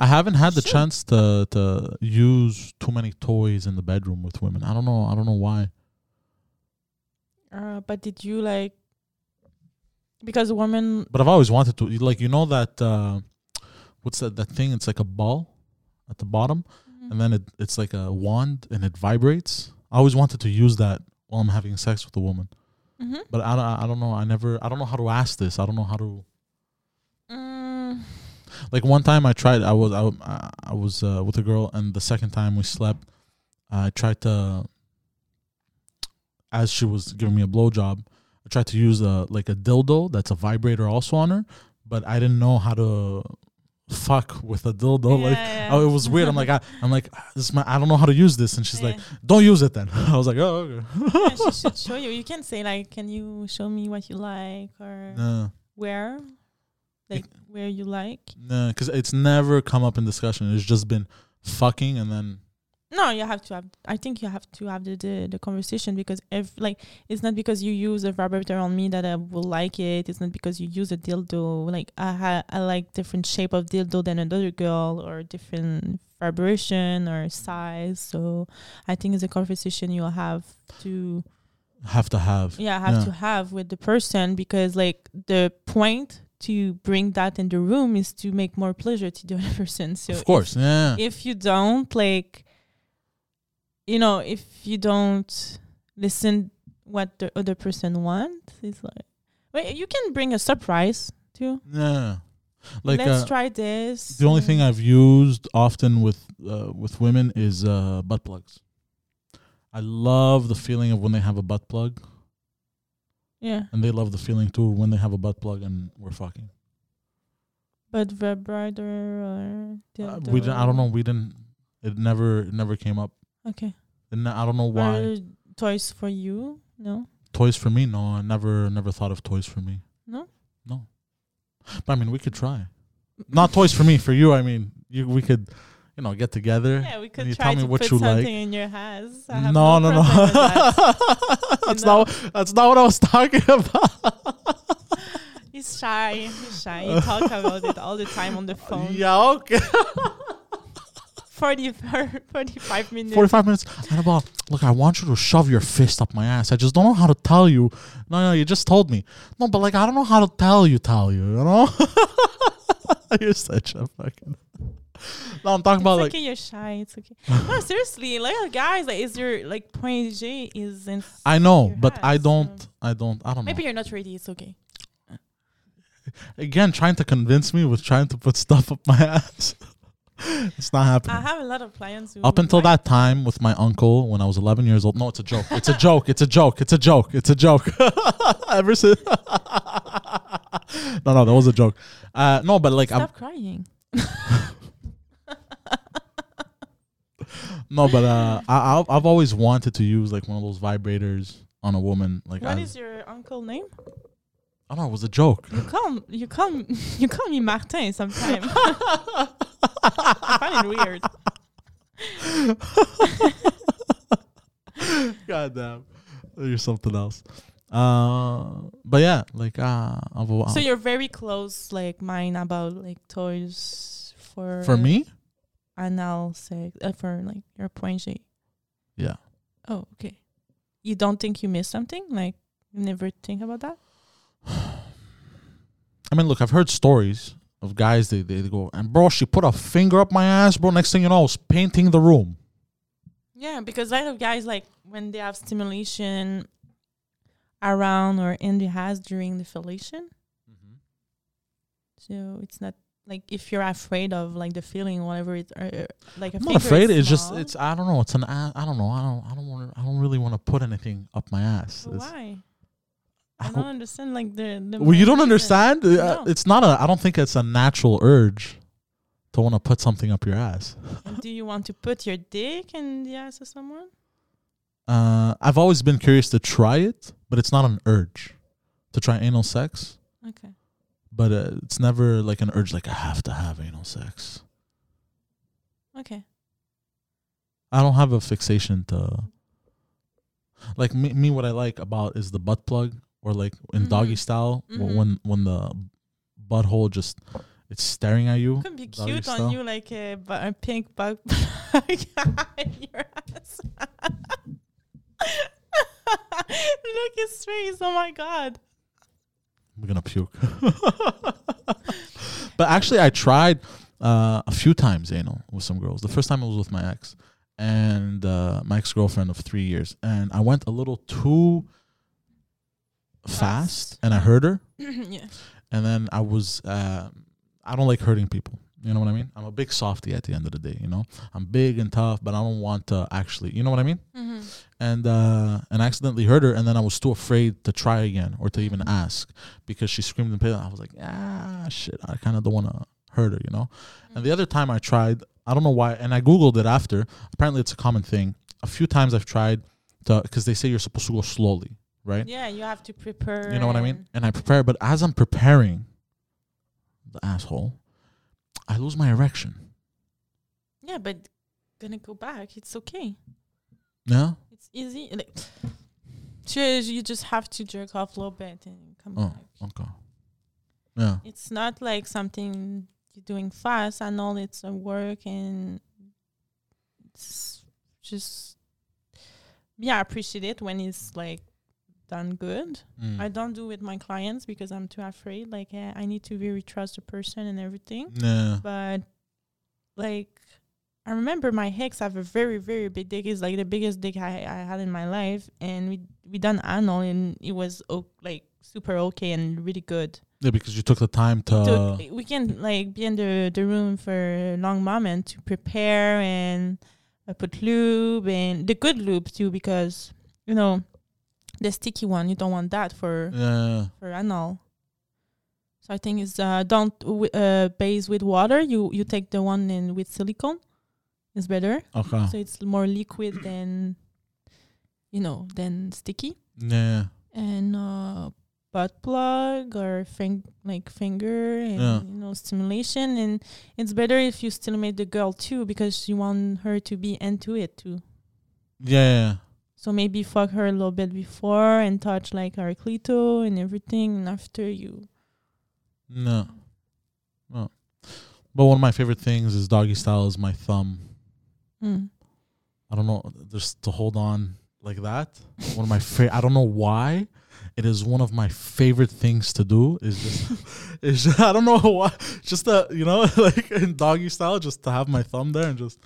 Speaker 1: I haven't had the
Speaker 2: Should.
Speaker 1: chance to to use too many toys in the bedroom with women. I don't know. I don't know why.
Speaker 2: Uh, but did you like because a woman
Speaker 1: But I've always wanted to. Like you know that uh, what's that that thing? It's like a ball at the bottom, and then it it's like a wand and it vibrates. I always wanted to use that while I'm having sex with a woman.
Speaker 2: Mhm.
Speaker 1: But I don't. I don't know. I never. I don't know how to ask this. I don't know how to.
Speaker 2: Mm,
Speaker 1: Like one time I tried. I was I w- I, I was uh, with a girl, and the second time we slept, I tried to. As she was giving me a blowjob, I tried to use a like a dildo that's a vibrator also on her, but I didn't know how to fuck with a dildo.
Speaker 2: yeah,
Speaker 1: like
Speaker 2: yeah.
Speaker 1: oh, it was weird. I'm like I, I'm like "Ah, this is my I don't know how to use this, and she's like don't use it then. I was like oh okay.
Speaker 2: Yeah, she should show you. You can say like, "Can you show me what you like or
Speaker 1: no
Speaker 2: where, like where you like?"
Speaker 1: no because it's never come up in discussion. It's just been fucking and then
Speaker 2: No, you have to have. I think you have to have the the, the conversation because if like it's not because you use a vibrator on me that I will like it. It's not because you use a dildo. Like I ha- I like different shape of dildo than another girl or different vibration or size. So I think it's a conversation you'll have to
Speaker 1: have to have
Speaker 2: yeah have
Speaker 1: Yeah.
Speaker 2: to have with the person because like the point to bring that in the room is to make more pleasure to the other person so
Speaker 1: of course yeah.
Speaker 2: if you don't like you know if you don't listen what the other person wants it's like wait you can bring a surprise too
Speaker 1: Yeah, like
Speaker 2: let's
Speaker 1: uh,
Speaker 2: try this
Speaker 1: the only
Speaker 2: uh,
Speaker 1: thing I've used often with uh, with women is uh, butt plugs. I love the feeling of when they have a butt plug,
Speaker 2: yeah
Speaker 1: and they love the feeling too when they have a butt plug and we're fucking.
Speaker 2: but vibrator or
Speaker 1: Uh, we didn't, I don't know. We didn't. It never it never came up.
Speaker 2: Okay.
Speaker 1: And I don't know why.
Speaker 2: Are toys for you no
Speaker 1: toys for me? No, I never never thought of toys for me.
Speaker 2: No?
Speaker 1: No. But I mean, we could try. Not toys for me. For you, I mean, you we could, you know, get together.
Speaker 2: Yeah, we could
Speaker 1: you
Speaker 2: try
Speaker 1: tell me
Speaker 2: to
Speaker 1: what
Speaker 2: put
Speaker 1: you like.
Speaker 2: something in your house. I have
Speaker 1: No, no, no.
Speaker 2: problem with that.
Speaker 1: that's
Speaker 2: know?
Speaker 1: not that's not what I was talking about.
Speaker 2: He's shy. He's shy. You talk about it all the time on the phone.
Speaker 1: yeah, okay.
Speaker 2: 40, 45 minutes.
Speaker 1: Forty-five minutes. And about look, I want you to shove your fist up my ass. I just don't know how to tell you. No, no, you just told me. No, but like I don't know how to tell you. Tell you, you know. You're such a fucking. No, I'm talking
Speaker 2: It's
Speaker 1: about
Speaker 2: okay,
Speaker 1: like,
Speaker 2: you're shy. It's okay. no, seriously, like uh, guys, like is your like point G is in.
Speaker 1: I know,
Speaker 2: your
Speaker 1: but I
Speaker 2: hands,
Speaker 1: don't,
Speaker 2: so-
Speaker 1: I don't, I don't know.
Speaker 2: Maybe you're not ready. It's okay.
Speaker 1: Again, trying to convince me with trying to put stuff up my ass. it's not
Speaker 2: I
Speaker 1: happening.
Speaker 2: have a lot of clients. Who
Speaker 1: Up until
Speaker 2: like-
Speaker 1: that time with my uncle when I was 11 years old. No, it's a joke. It's a joke. It's a joke. It's a joke. It's a joke. Ever since. no, no, that was a joke. Uh, no, but like, I'm,
Speaker 2: Stop crying.
Speaker 1: no, but uh, I, I've- I've always wanted to use like one of those vibrators on a woman. Like,
Speaker 2: What
Speaker 1: I,
Speaker 2: is your uncle name?
Speaker 1: I don't know, it was a joke.
Speaker 2: You call m- you call m- you call me Martin sometimes. I find it weird.
Speaker 1: God damn. You're something else. Uh, but yeah, like, uh, I've,
Speaker 2: So you're very close, like mine, about like toys for
Speaker 1: uh, for me,
Speaker 2: anal sex uh, for like your point G.
Speaker 1: Yeah.
Speaker 2: Oh, okay. You don't think you missed something? Like you never think about that?
Speaker 1: I mean, look, I've heard stories of guys they, they, they go and bro, she put a finger up my ass, bro. Next thing you know, I was painting the room.
Speaker 2: Yeah, because a lot of guys like when they have stimulation Mm-hmm. around or in the house during the fellation, so it's not like if you're afraid of like the feeling whatever it's uh, like
Speaker 1: I'm not afraid. It's just it's I don't know. It's an a- I don't know. I don't I don't want I don't really want to put anything up my ass. It's-
Speaker 2: why I
Speaker 1: I don't-
Speaker 2: don't understand like the, the
Speaker 1: well,
Speaker 2: main
Speaker 1: you
Speaker 2: reason.
Speaker 1: don't understand. Uh
Speaker 2: No.
Speaker 1: It's not a. I don't think it's a natural urge to want to put something up your ass.
Speaker 2: do you want to put your dick in the ass of someone
Speaker 1: Uh, I've always been curious to try it, but it's not an urge to try anal sex.
Speaker 2: Okay.
Speaker 1: But uh, it's never like an urge. Like I have to have anal sex.
Speaker 2: okay
Speaker 1: I don't have a fixation to like me, me what I like about is the butt plug or like in doggy
Speaker 2: Mhm.
Speaker 1: style wh-
Speaker 2: Mhm.
Speaker 1: when when the butthole just it's staring at you.
Speaker 2: could be
Speaker 1: Doggy
Speaker 2: cute on
Speaker 1: style.
Speaker 2: you like a, bu- a pink bug in your ass look his face oh my god
Speaker 1: I'm gonna puke. but actually I tried uh, a few times anal with some girls. The first time it was with my ex and uh, my ex girlfriend of three years and I went a little too fast,
Speaker 2: Fast.
Speaker 1: and I hurt her.
Speaker 2: yeah
Speaker 1: and then I was uh, I don't like hurting people. You know what I mean? I'm a big softy at the end of the day. You know, I'm big and tough, but I don't want to actually. You know what I mean?
Speaker 2: mm-hmm.
Speaker 1: And uh, and I accidentally hurt her, and then I was too afraid to try again or to even ask because she screamed in pain. I was like, ah, shit, I kind of don't want to hurt her. You know.
Speaker 2: Mm-hmm.
Speaker 1: And the other time I tried, I don't know why, and I googled it after. Apparently, it's a common thing. A few times I've tried to because they say you're supposed to go slowly, right?
Speaker 2: yeah you have to prepare
Speaker 1: You know what I mean?
Speaker 2: and-
Speaker 1: And I prepare, but as I'm preparing, the asshole, I lose my erection.
Speaker 2: yeah but gonna go back it's okay
Speaker 1: Yeah.
Speaker 2: It's easy. Like, sure, you just have to jerk off a little bit and come
Speaker 1: Oh.
Speaker 2: back.
Speaker 1: Okay. Yeah.
Speaker 2: It's not like something you're doing fast. I know it's a work and it's just yeah. I appreciate it when it's like done good.
Speaker 1: Mm.
Speaker 2: I don't do with my clients because I'm too afraid. Like eh, I need to really trust the person and everything
Speaker 1: Yeah.
Speaker 2: but like I remember my ex have a very very big dick. It's like the biggest dick I, I had in my life, and we we done anal, and it was o- like super okay and really good.
Speaker 1: Yeah, because you took the time to.
Speaker 2: so we can like be in the the room for a long moment to prepare and uh, put lube and the good lube too, because you know the sticky one you don't want that for
Speaker 1: yeah.
Speaker 2: for anal. So I think it's uh, don't w- uh, base with water. You you take the one in with silicone. It's better.
Speaker 1: Okay.
Speaker 2: So it's more liquid than you know than sticky.
Speaker 1: Yeah.
Speaker 2: And uh, butt plug or fing- like finger and
Speaker 1: Yeah.
Speaker 2: you know stimulation. And it's better if you stimulate the girl too because you want her to be into it too.
Speaker 1: Yeah.
Speaker 2: So maybe fuck her a little bit before and touch like her clito and everything. And after you
Speaker 1: No. No. But one of my favorite things is doggy style is my thumb.
Speaker 2: Mm.
Speaker 1: I don't know, just to hold on like that. One of my favorite. I don't know why. It is one of my favorite things to do. Is just, is just- I don't know why. Just to you know, like in doggy style, just to have my thumb there and just.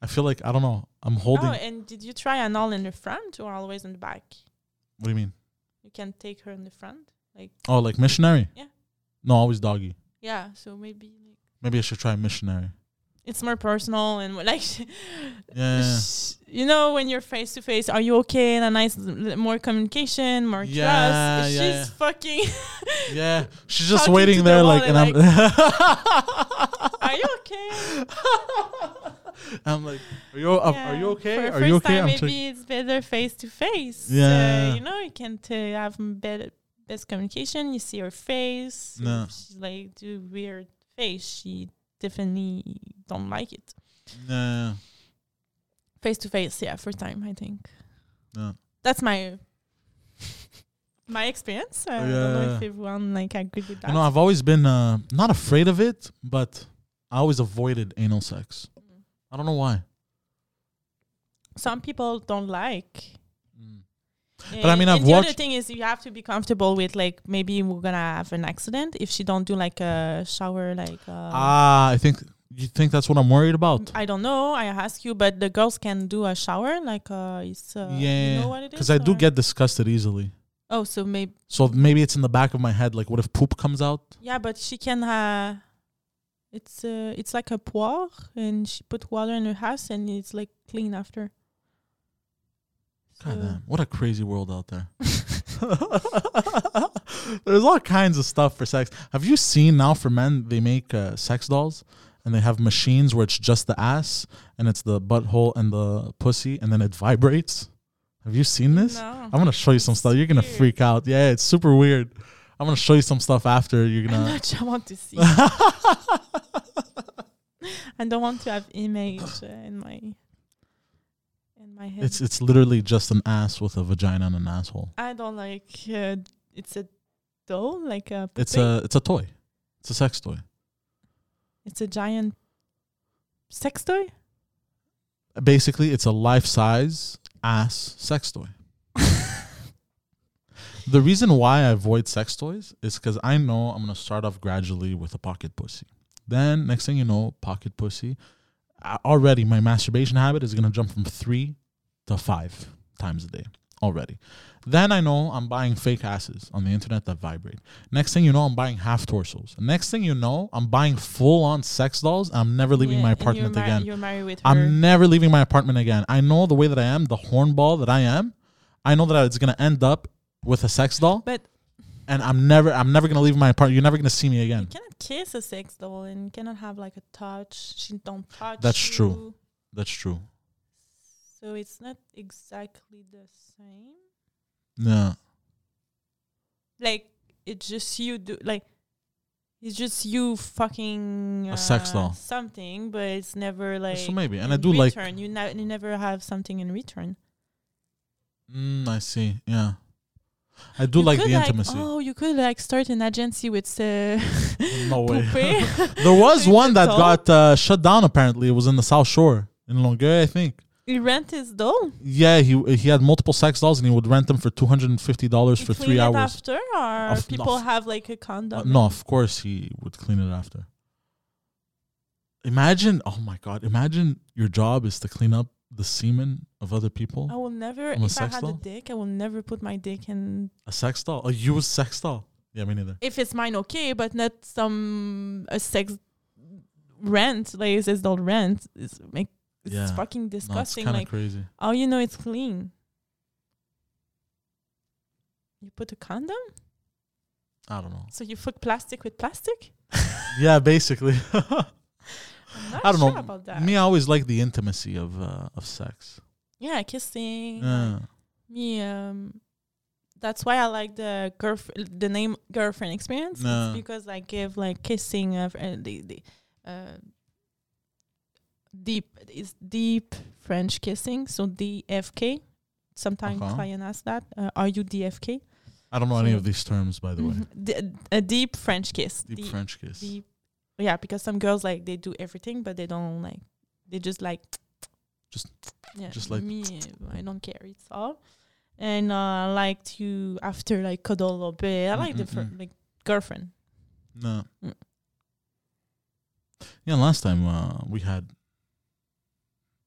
Speaker 1: I feel like I don't know. I'm holding.
Speaker 2: Oh, and did you try an all in the front or always in the back?
Speaker 1: what do you mean?
Speaker 2: You can take her in the front, like
Speaker 1: Oh, like missionary.
Speaker 2: Yeah.
Speaker 1: No, always doggy.
Speaker 2: yeah. So maybe like,
Speaker 1: Maybe I should try missionary.
Speaker 2: it's more personal and like
Speaker 1: Yeah.
Speaker 2: you know when you're face to face, are you okay? And a nice l- more communication, more
Speaker 1: Yeah,
Speaker 2: trust.
Speaker 1: yeah,
Speaker 2: She's
Speaker 1: yeah.
Speaker 2: fucking.
Speaker 1: Yeah. She's just
Speaker 2: Talking
Speaker 1: waiting
Speaker 2: to
Speaker 1: there,
Speaker 2: the wall
Speaker 1: like, and
Speaker 2: and
Speaker 1: I'm.
Speaker 2: are you okay?
Speaker 1: I'm like, are you um, are you
Speaker 2: Yeah.
Speaker 1: okay?
Speaker 2: For
Speaker 1: Are
Speaker 2: first
Speaker 1: you okay?
Speaker 2: Time,
Speaker 1: I'm
Speaker 2: maybe
Speaker 1: checking.
Speaker 2: it's better face to face.
Speaker 1: Yeah.
Speaker 2: Uh, you know, you can t- have m- better best communication. You see her face.
Speaker 1: No.
Speaker 2: If She's like do weird face. She definitely don't like it.
Speaker 1: Nah.
Speaker 2: Face to face, yeah, first time I think.
Speaker 1: Yeah.
Speaker 2: That's my my experience. I don't know if everyone like agree with that.
Speaker 1: You know, I've always been uh, not afraid of it, but I always avoided anal sex.
Speaker 2: Mm.
Speaker 1: I don't know why.
Speaker 2: Some people don't like Oh.
Speaker 1: But I mean, I've
Speaker 2: the other
Speaker 1: watched-
Speaker 2: thing is you have to be comfortable with like maybe we're gonna have an accident if she don't do like a shower like. Uh,
Speaker 1: Ah, I think you think that's what I'm worried about.
Speaker 2: Mm, I don't know. I ask you, but the girls can do a shower like uh, it's. Uh, you
Speaker 1: yeah,
Speaker 2: know what it is.
Speaker 1: because I do
Speaker 2: or-
Speaker 1: get disgusted easily.
Speaker 2: Oh, so maybe
Speaker 1: So maybe it's in the back of my head. Like, what if poop comes out?
Speaker 2: yeah, but she can. Uh, It's uh, it's like a poire, and she put water in her house, and it's like clean after.
Speaker 1: God
Speaker 2: So-
Speaker 1: damn, what a crazy world out there. There's all kinds of stuff for sex. Have you seen now for men they make uh, sex dolls and they have machines where it's just the ass and it's the butthole and the pussy and then it vibrates? Have you seen this?
Speaker 2: No.
Speaker 1: I'm gonna show you some stuff. You're gonna
Speaker 2: Weird.
Speaker 1: freak out. Yeah, it's super weird. I'm gonna show you some stuff after. You're
Speaker 2: I'm
Speaker 1: gonna.
Speaker 2: not sure I want to see. I don't want to have image uh, in my in my head.
Speaker 1: It's it's literally just an ass with a vagina and an asshole.
Speaker 2: I don't like. Uh, it's a doll, like a.
Speaker 1: It's
Speaker 2: puppet.
Speaker 1: a it's a toy. It's a sex toy.
Speaker 2: It's a giant sex toy.
Speaker 1: Basically, it's a life size ass sex toy. The reason why I avoid sex toys is because I know I'm gonna start off gradually with a pocket pussy. Then next thing you know, pocket pussy. I, already, my masturbation habit is gonna jump from three to five times a day already. Then I know I'm buying fake asses on the internet that vibrate. Next thing you know, I'm buying half torsos. Next thing you know, I'm buying full on sex dolls. I'm never leaving
Speaker 2: Yeah,
Speaker 1: my
Speaker 2: and you're
Speaker 1: apartment
Speaker 2: mar-
Speaker 1: again.
Speaker 2: You're married with her.
Speaker 1: I'm never leaving my apartment again. I know the way that I am, the hornball that I am. I know that it's gonna end up with a sex doll,
Speaker 2: but
Speaker 1: and I'm never, I'm never gonna leave my apartment. You're never gonna see me
Speaker 2: you
Speaker 1: again.
Speaker 2: cannot kiss a sex doll, and you cannot have like a touch. She don't touch.
Speaker 1: That's true.
Speaker 2: you.
Speaker 1: That's true.
Speaker 2: So it's not exactly the same.
Speaker 1: Yeah,
Speaker 2: Like it's just you do like it's just you fucking
Speaker 1: A sex
Speaker 2: uh,
Speaker 1: doll.
Speaker 2: something, but it's never like
Speaker 1: so maybe,
Speaker 2: in
Speaker 1: and I do like.
Speaker 2: return. you. Ne- you never have something in return.
Speaker 1: Mm, I see. Yeah, I do
Speaker 2: You
Speaker 1: like
Speaker 2: could,
Speaker 1: the intimacy.
Speaker 2: oh, you could like start an agency with uh,
Speaker 1: no way.
Speaker 2: poupée.
Speaker 1: there was
Speaker 2: With
Speaker 1: one
Speaker 2: the
Speaker 1: that
Speaker 2: doll.
Speaker 1: got uh, shut down. Apparently, it was in the South Shore in Longueuil, I think.
Speaker 2: He rent his doll.
Speaker 1: Yeah, he he had multiple sex dolls, and he would rent them for two hundred and fifty dollars
Speaker 2: You
Speaker 1: for
Speaker 2: clean
Speaker 1: three
Speaker 2: it
Speaker 1: hours.
Speaker 2: After or
Speaker 1: Of-
Speaker 2: people
Speaker 1: of-
Speaker 2: have like a
Speaker 1: Uh,
Speaker 2: condom.
Speaker 1: no, of course he would clean it after. Imagine, oh my god, imagine your job is to clean up the semen of other people.
Speaker 2: I will never.
Speaker 1: On
Speaker 2: If
Speaker 1: a
Speaker 2: I
Speaker 1: sex
Speaker 2: had
Speaker 1: doll?
Speaker 2: a dick, I will never put my dick in.
Speaker 1: A sex doll, Oh, a used sex doll. Yeah, me neither.
Speaker 2: If it's mine, okay, but not some a sex rent. Like it says doll rent. It's make. It's
Speaker 1: Yeah.
Speaker 2: fucking
Speaker 1: No, it's
Speaker 2: disgusting.
Speaker 1: kind of
Speaker 2: like
Speaker 1: crazy.
Speaker 2: how you know it's clean? You put a condom,
Speaker 1: I don't know.
Speaker 2: so you fuck plastic with plastic.
Speaker 1: Yeah, basically.
Speaker 2: I'm not
Speaker 1: I don't
Speaker 2: sure
Speaker 1: know.
Speaker 2: about that.
Speaker 1: Me, I always like the intimacy of uh, of sex.
Speaker 2: yeah, kissing. like,
Speaker 1: Yeah.
Speaker 2: Me, um, that's why I like the girlf- the name girlfriend experience.
Speaker 1: No.
Speaker 2: It's because I give like kissing of uh, the the uh, deep is deep French kissing. So DFK. Sometimes
Speaker 1: Okay.
Speaker 2: client asks that. Uh, are you DFK?
Speaker 1: I don't know any
Speaker 2: So-
Speaker 1: of these terms, by the way.
Speaker 2: Mhm. D- a deep French kiss.
Speaker 1: Deep
Speaker 2: D-
Speaker 1: French kiss.
Speaker 2: deep. Yeah, because some girls like they do everything, but they don't like. They just like.
Speaker 1: Just-
Speaker 2: Yeah,
Speaker 1: just like-
Speaker 2: me. I don't care. It's all. And uh, I like to after like cuddle a little bit. I like the fir-
Speaker 1: Mm-mm-mm.
Speaker 2: like girlfriend.
Speaker 1: No.
Speaker 2: Mm.
Speaker 1: Yeah, last time uh, we had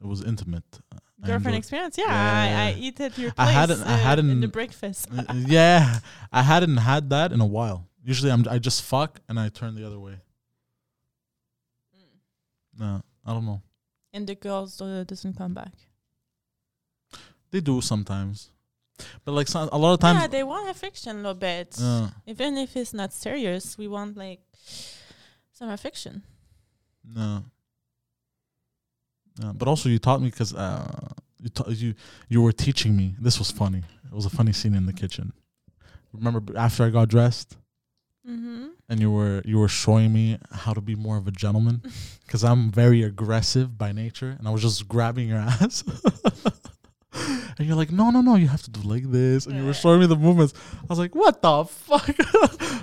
Speaker 1: it was intimate. I
Speaker 2: Girlfriend
Speaker 1: enjoyed-
Speaker 2: experience. Yeah,
Speaker 1: Yeah.
Speaker 2: I, I eat at your
Speaker 1: I
Speaker 2: place.
Speaker 1: hadn't- I hadn't-
Speaker 2: in the breakfast.
Speaker 1: Uh, yeah, I hadn't had that in a while. Usually, I'm I just fuck and I turn the other way. No, I don't know.
Speaker 2: and the girls uh, doesn't come back.
Speaker 1: They do sometimes, but like some, a lot of times.
Speaker 2: yeah, they want affection a little bit,
Speaker 1: Uh,
Speaker 2: even if it's not serious. We want like some affection.
Speaker 1: no. No, but also you taught me because uh, you, ta- you you were teaching me. This was funny. It was a funny scene in the kitchen. Remember b- after I got dressed
Speaker 2: Mm-hmm.
Speaker 1: and you were you were showing me how to be more of a gentleman because I'm very aggressive by nature, and I was just grabbing your ass. and you're like, no, no, no, you have to do like this, and you were showing me the movements. I was like, what the fuck?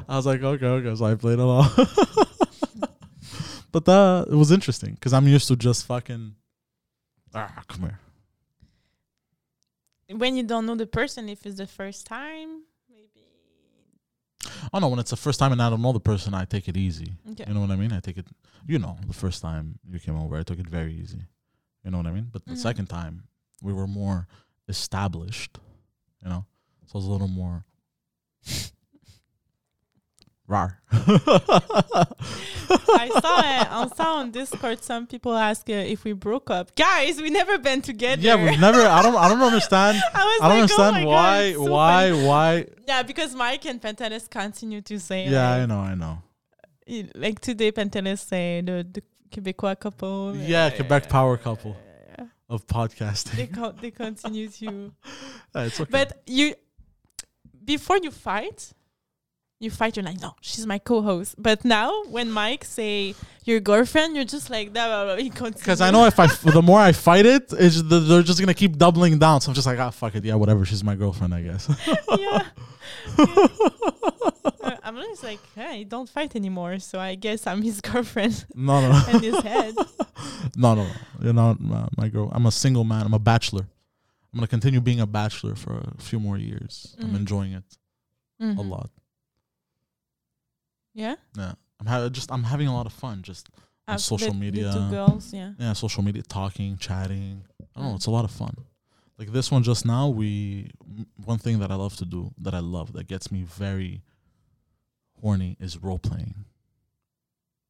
Speaker 1: I was like, okay, okay, so I played along. but that it was interesting because I'm used to just fucking. Ah, come here.
Speaker 2: when you don't know the person, if it's the first time, maybe.
Speaker 1: Oh no, when it's the first time and I don't know the person, I take it easy.
Speaker 2: Okay.
Speaker 1: You know what I mean? I take it. You know, the first time you came over, I took it very easy. You know what I mean? But the
Speaker 2: Mhm.
Speaker 1: second time, we were more established. You know, so I was a little more. Rar.
Speaker 2: I saw it. I saw on Discord some people ask uh, if we broke up. Guys, we never been together.
Speaker 1: yeah, we've never. I don't. I don't understand.
Speaker 2: I was
Speaker 1: I
Speaker 2: like,
Speaker 1: don't
Speaker 2: oh
Speaker 1: understand
Speaker 2: my God,
Speaker 1: why.
Speaker 2: it's so
Speaker 1: why? Why?
Speaker 2: Yeah, because Mike and Pentelis continue to say.
Speaker 1: Yeah,
Speaker 2: like,
Speaker 1: I know. I know.
Speaker 2: il- like today, Pentelis say the, the Québécois couple. uh,
Speaker 1: Yeah, Quebec power couple of
Speaker 2: They
Speaker 1: podcasting.
Speaker 2: co- they continue to.
Speaker 1: Yeah, it's okay.
Speaker 2: But you, before you fight, you fight. You're like, no, she's my co-host. But now, when Mike say your girlfriend, you're just like that. Blah, blah, blah. He continues.
Speaker 1: Because I know if I, the more I fight it, it's the, they're just gonna keep doubling down. So I'm just like, ah, fuck it, yeah, whatever. She's my girlfriend, I guess.
Speaker 2: yeah. Uh, I'm just like, hey, don't fight anymore. So I guess I'm his girlfriend
Speaker 1: no, no, no,
Speaker 2: in his head.
Speaker 1: no, no, no. You're not my, my girl. I'm a single man. I'm a bachelor. I'm gonna continue being a bachelor for a few more years. I'm
Speaker 2: Mm.
Speaker 1: enjoying it a
Speaker 2: Mhm.
Speaker 1: lot.
Speaker 2: Yeah.
Speaker 1: Yeah, I'm ha- just I'm having a lot of fun. Just On
Speaker 2: I've-
Speaker 1: social
Speaker 2: the- the
Speaker 1: media.
Speaker 2: two girls. Yeah.
Speaker 1: yeah, social media, talking, chatting. I don't know.
Speaker 2: Mm.
Speaker 1: It's a lot of fun. Like this one just now, we m- one thing that I love to do that I love that gets me very horny is role playing.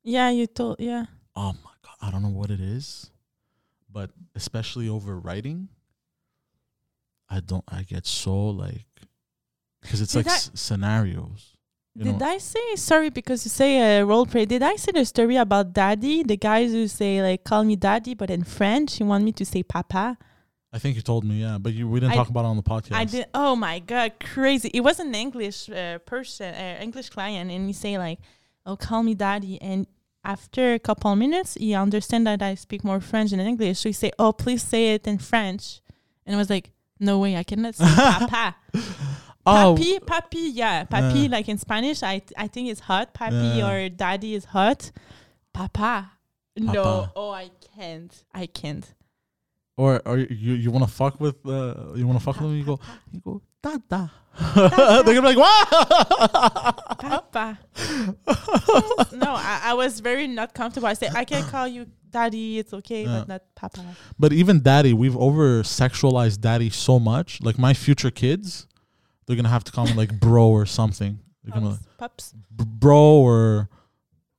Speaker 2: Yeah, you told. Yeah.
Speaker 1: oh my god, I don't know what it is, but especially over writing, I don't. I get so like because it's
Speaker 2: Did
Speaker 1: like
Speaker 2: I-
Speaker 1: s- scenarios. You
Speaker 2: did
Speaker 1: know,
Speaker 2: I say sorry because you say uh, role play? Did I say the story about daddy? The guys who say like call me daddy, but in French, you want me to say papa.
Speaker 1: I, think you told me, yeah, but you we didn't
Speaker 2: I-
Speaker 1: talk about it on the podcast.
Speaker 2: I did. Oh my god, crazy! It was an English uh, person, uh, English client, and he say like, "Oh, call me daddy." And after a couple minutes, he understand that I speak more French than English. So he say, "Oh, please say it in French," and I was like, "No way, I cannot say papa."
Speaker 1: Oh,
Speaker 2: Papi, papi, yeah, papi.
Speaker 1: Uh.
Speaker 2: like in Spanish, I I think it's hot. Papi
Speaker 1: Yeah.
Speaker 2: or daddy is hot. Papa. No,
Speaker 1: Papa.
Speaker 2: oh, I can't. I can't.
Speaker 1: or or you you want to fuck with uh, you want to fuck with them? You go you go da da.
Speaker 2: da.
Speaker 1: They're gonna be like what?
Speaker 2: Papa. no, I, I was very not comfortable. I said I can call you daddy. It's okay,
Speaker 1: Yeah.
Speaker 2: but not papa.
Speaker 1: But even daddy, we've over sexualized daddy so much. Like my future kids, they're gonna have to call me like bro or something. They're gonna
Speaker 2: Pups, pups,
Speaker 1: b- bro or,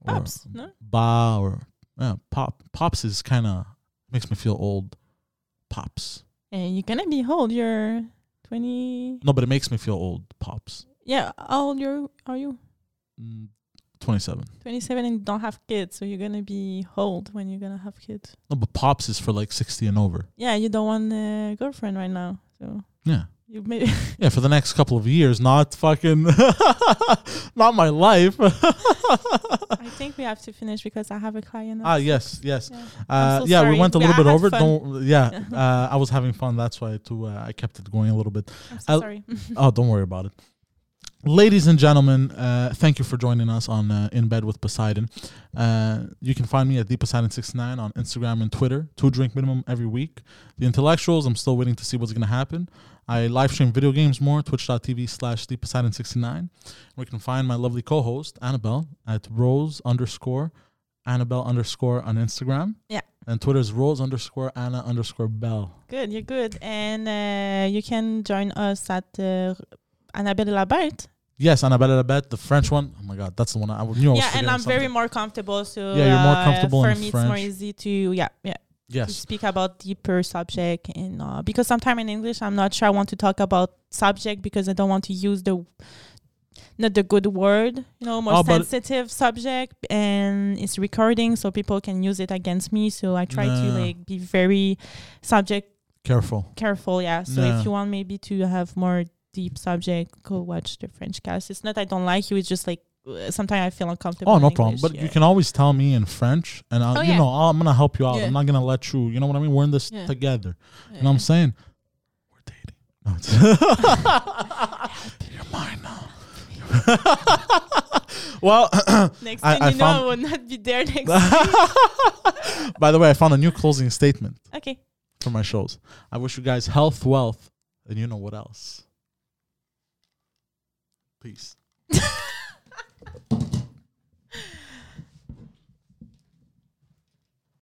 Speaker 1: or
Speaker 2: pups. No,
Speaker 1: ba or yeah, pop. Pops is kind of makes me feel old. Pops.
Speaker 2: and you're gonna be old. You're twenty.
Speaker 1: No, but it makes me feel old. Pops.
Speaker 2: Yeah, how old you are you?
Speaker 1: Mm, Twenty-seven.
Speaker 2: Twenty-seven and don't have kids, so you're gonna be old when you're gonna have kids.
Speaker 1: No, but pops is for like sixty and over.
Speaker 2: Yeah, you don't want a girlfriend right now, so
Speaker 1: Yeah.
Speaker 2: you maybe.
Speaker 1: Yeah, for the next couple of years, not fucking, not my life.
Speaker 2: I think we have to finish because I have a client.
Speaker 1: ah, yes, yes.
Speaker 2: Yeah.
Speaker 1: Uh,
Speaker 2: I'm so
Speaker 1: yeah, we
Speaker 2: sorry.
Speaker 1: went a
Speaker 2: We-
Speaker 1: little
Speaker 2: I
Speaker 1: bit
Speaker 2: had
Speaker 1: over.
Speaker 2: fun.
Speaker 1: Don't. Yeah, uh, I was having fun. That's why too. Uh, I kept it going a little bit.
Speaker 2: I'm
Speaker 1: I'll-
Speaker 2: so sorry.
Speaker 1: Oh, don't worry about it. Ladies and gentlemen, uh, thank you for joining us on uh, In Bed with Poseidon. Uh, you can find me at theposeidon69 on Instagram and Twitter. Two drink minimum every week. The Intellectuals, I'm still waiting to see what's going to happen. I live stream video games more, twitch.tv slash theposeidon69. We can find my lovely co-host, Annabelle, at rose underscore Annabelle underscore on Instagram.
Speaker 2: Yeah.
Speaker 1: And Twitter's rose underscore Anna underscore Bell.
Speaker 2: good, you're good, and uh, you can join us at uh, Annabelle Labart.
Speaker 1: Yes, Annabelle Labette, the French one. Oh my God, that's the one I knew I was
Speaker 2: yeah, and
Speaker 1: forgetting
Speaker 2: I'm very
Speaker 1: something.
Speaker 2: more comfortable. So
Speaker 1: Yeah, you're more
Speaker 2: uh,
Speaker 1: comfortable
Speaker 2: for
Speaker 1: in
Speaker 2: me. It's more
Speaker 1: French.
Speaker 2: easy to yeah yeah to
Speaker 1: Yes.
Speaker 2: speak about deeper subject and uh, because sometimes in English I'm not sure I want to talk about subject because I don't want to use the not the good word, you know, more
Speaker 1: Oh, but-
Speaker 2: sensitive subject and it's recording so people can use it against me. So I try to
Speaker 1: No.
Speaker 2: like be very subject
Speaker 1: Careful.
Speaker 2: careful, yeah. So
Speaker 1: No.
Speaker 2: if you want maybe to have more deep subject, go watch the French cast. It's not I don't like you, it's just like uh, sometimes I feel uncomfortable.
Speaker 1: Oh,
Speaker 2: in
Speaker 1: no problem.
Speaker 2: English,
Speaker 1: But
Speaker 2: yeah.
Speaker 1: you can always tell me in French, and I'll,
Speaker 2: Oh,
Speaker 1: you
Speaker 2: yeah.
Speaker 1: know, I'll, I'm gonna help you out.
Speaker 2: Yeah.
Speaker 1: I'm not gonna let you. You know what I mean? We're in this
Speaker 2: Yeah.
Speaker 1: together. You know
Speaker 2: Yeah.
Speaker 1: what I'm saying? We're dating. No, it's You're mine now. well,
Speaker 2: Next
Speaker 1: I-
Speaker 2: thing
Speaker 1: I
Speaker 2: you know, I
Speaker 1: found-
Speaker 2: will not be there next
Speaker 1: by the way, I found a new closing statement
Speaker 2: Okay.
Speaker 1: for my shows. I wish you guys health, wealth, and you know what else. Peace.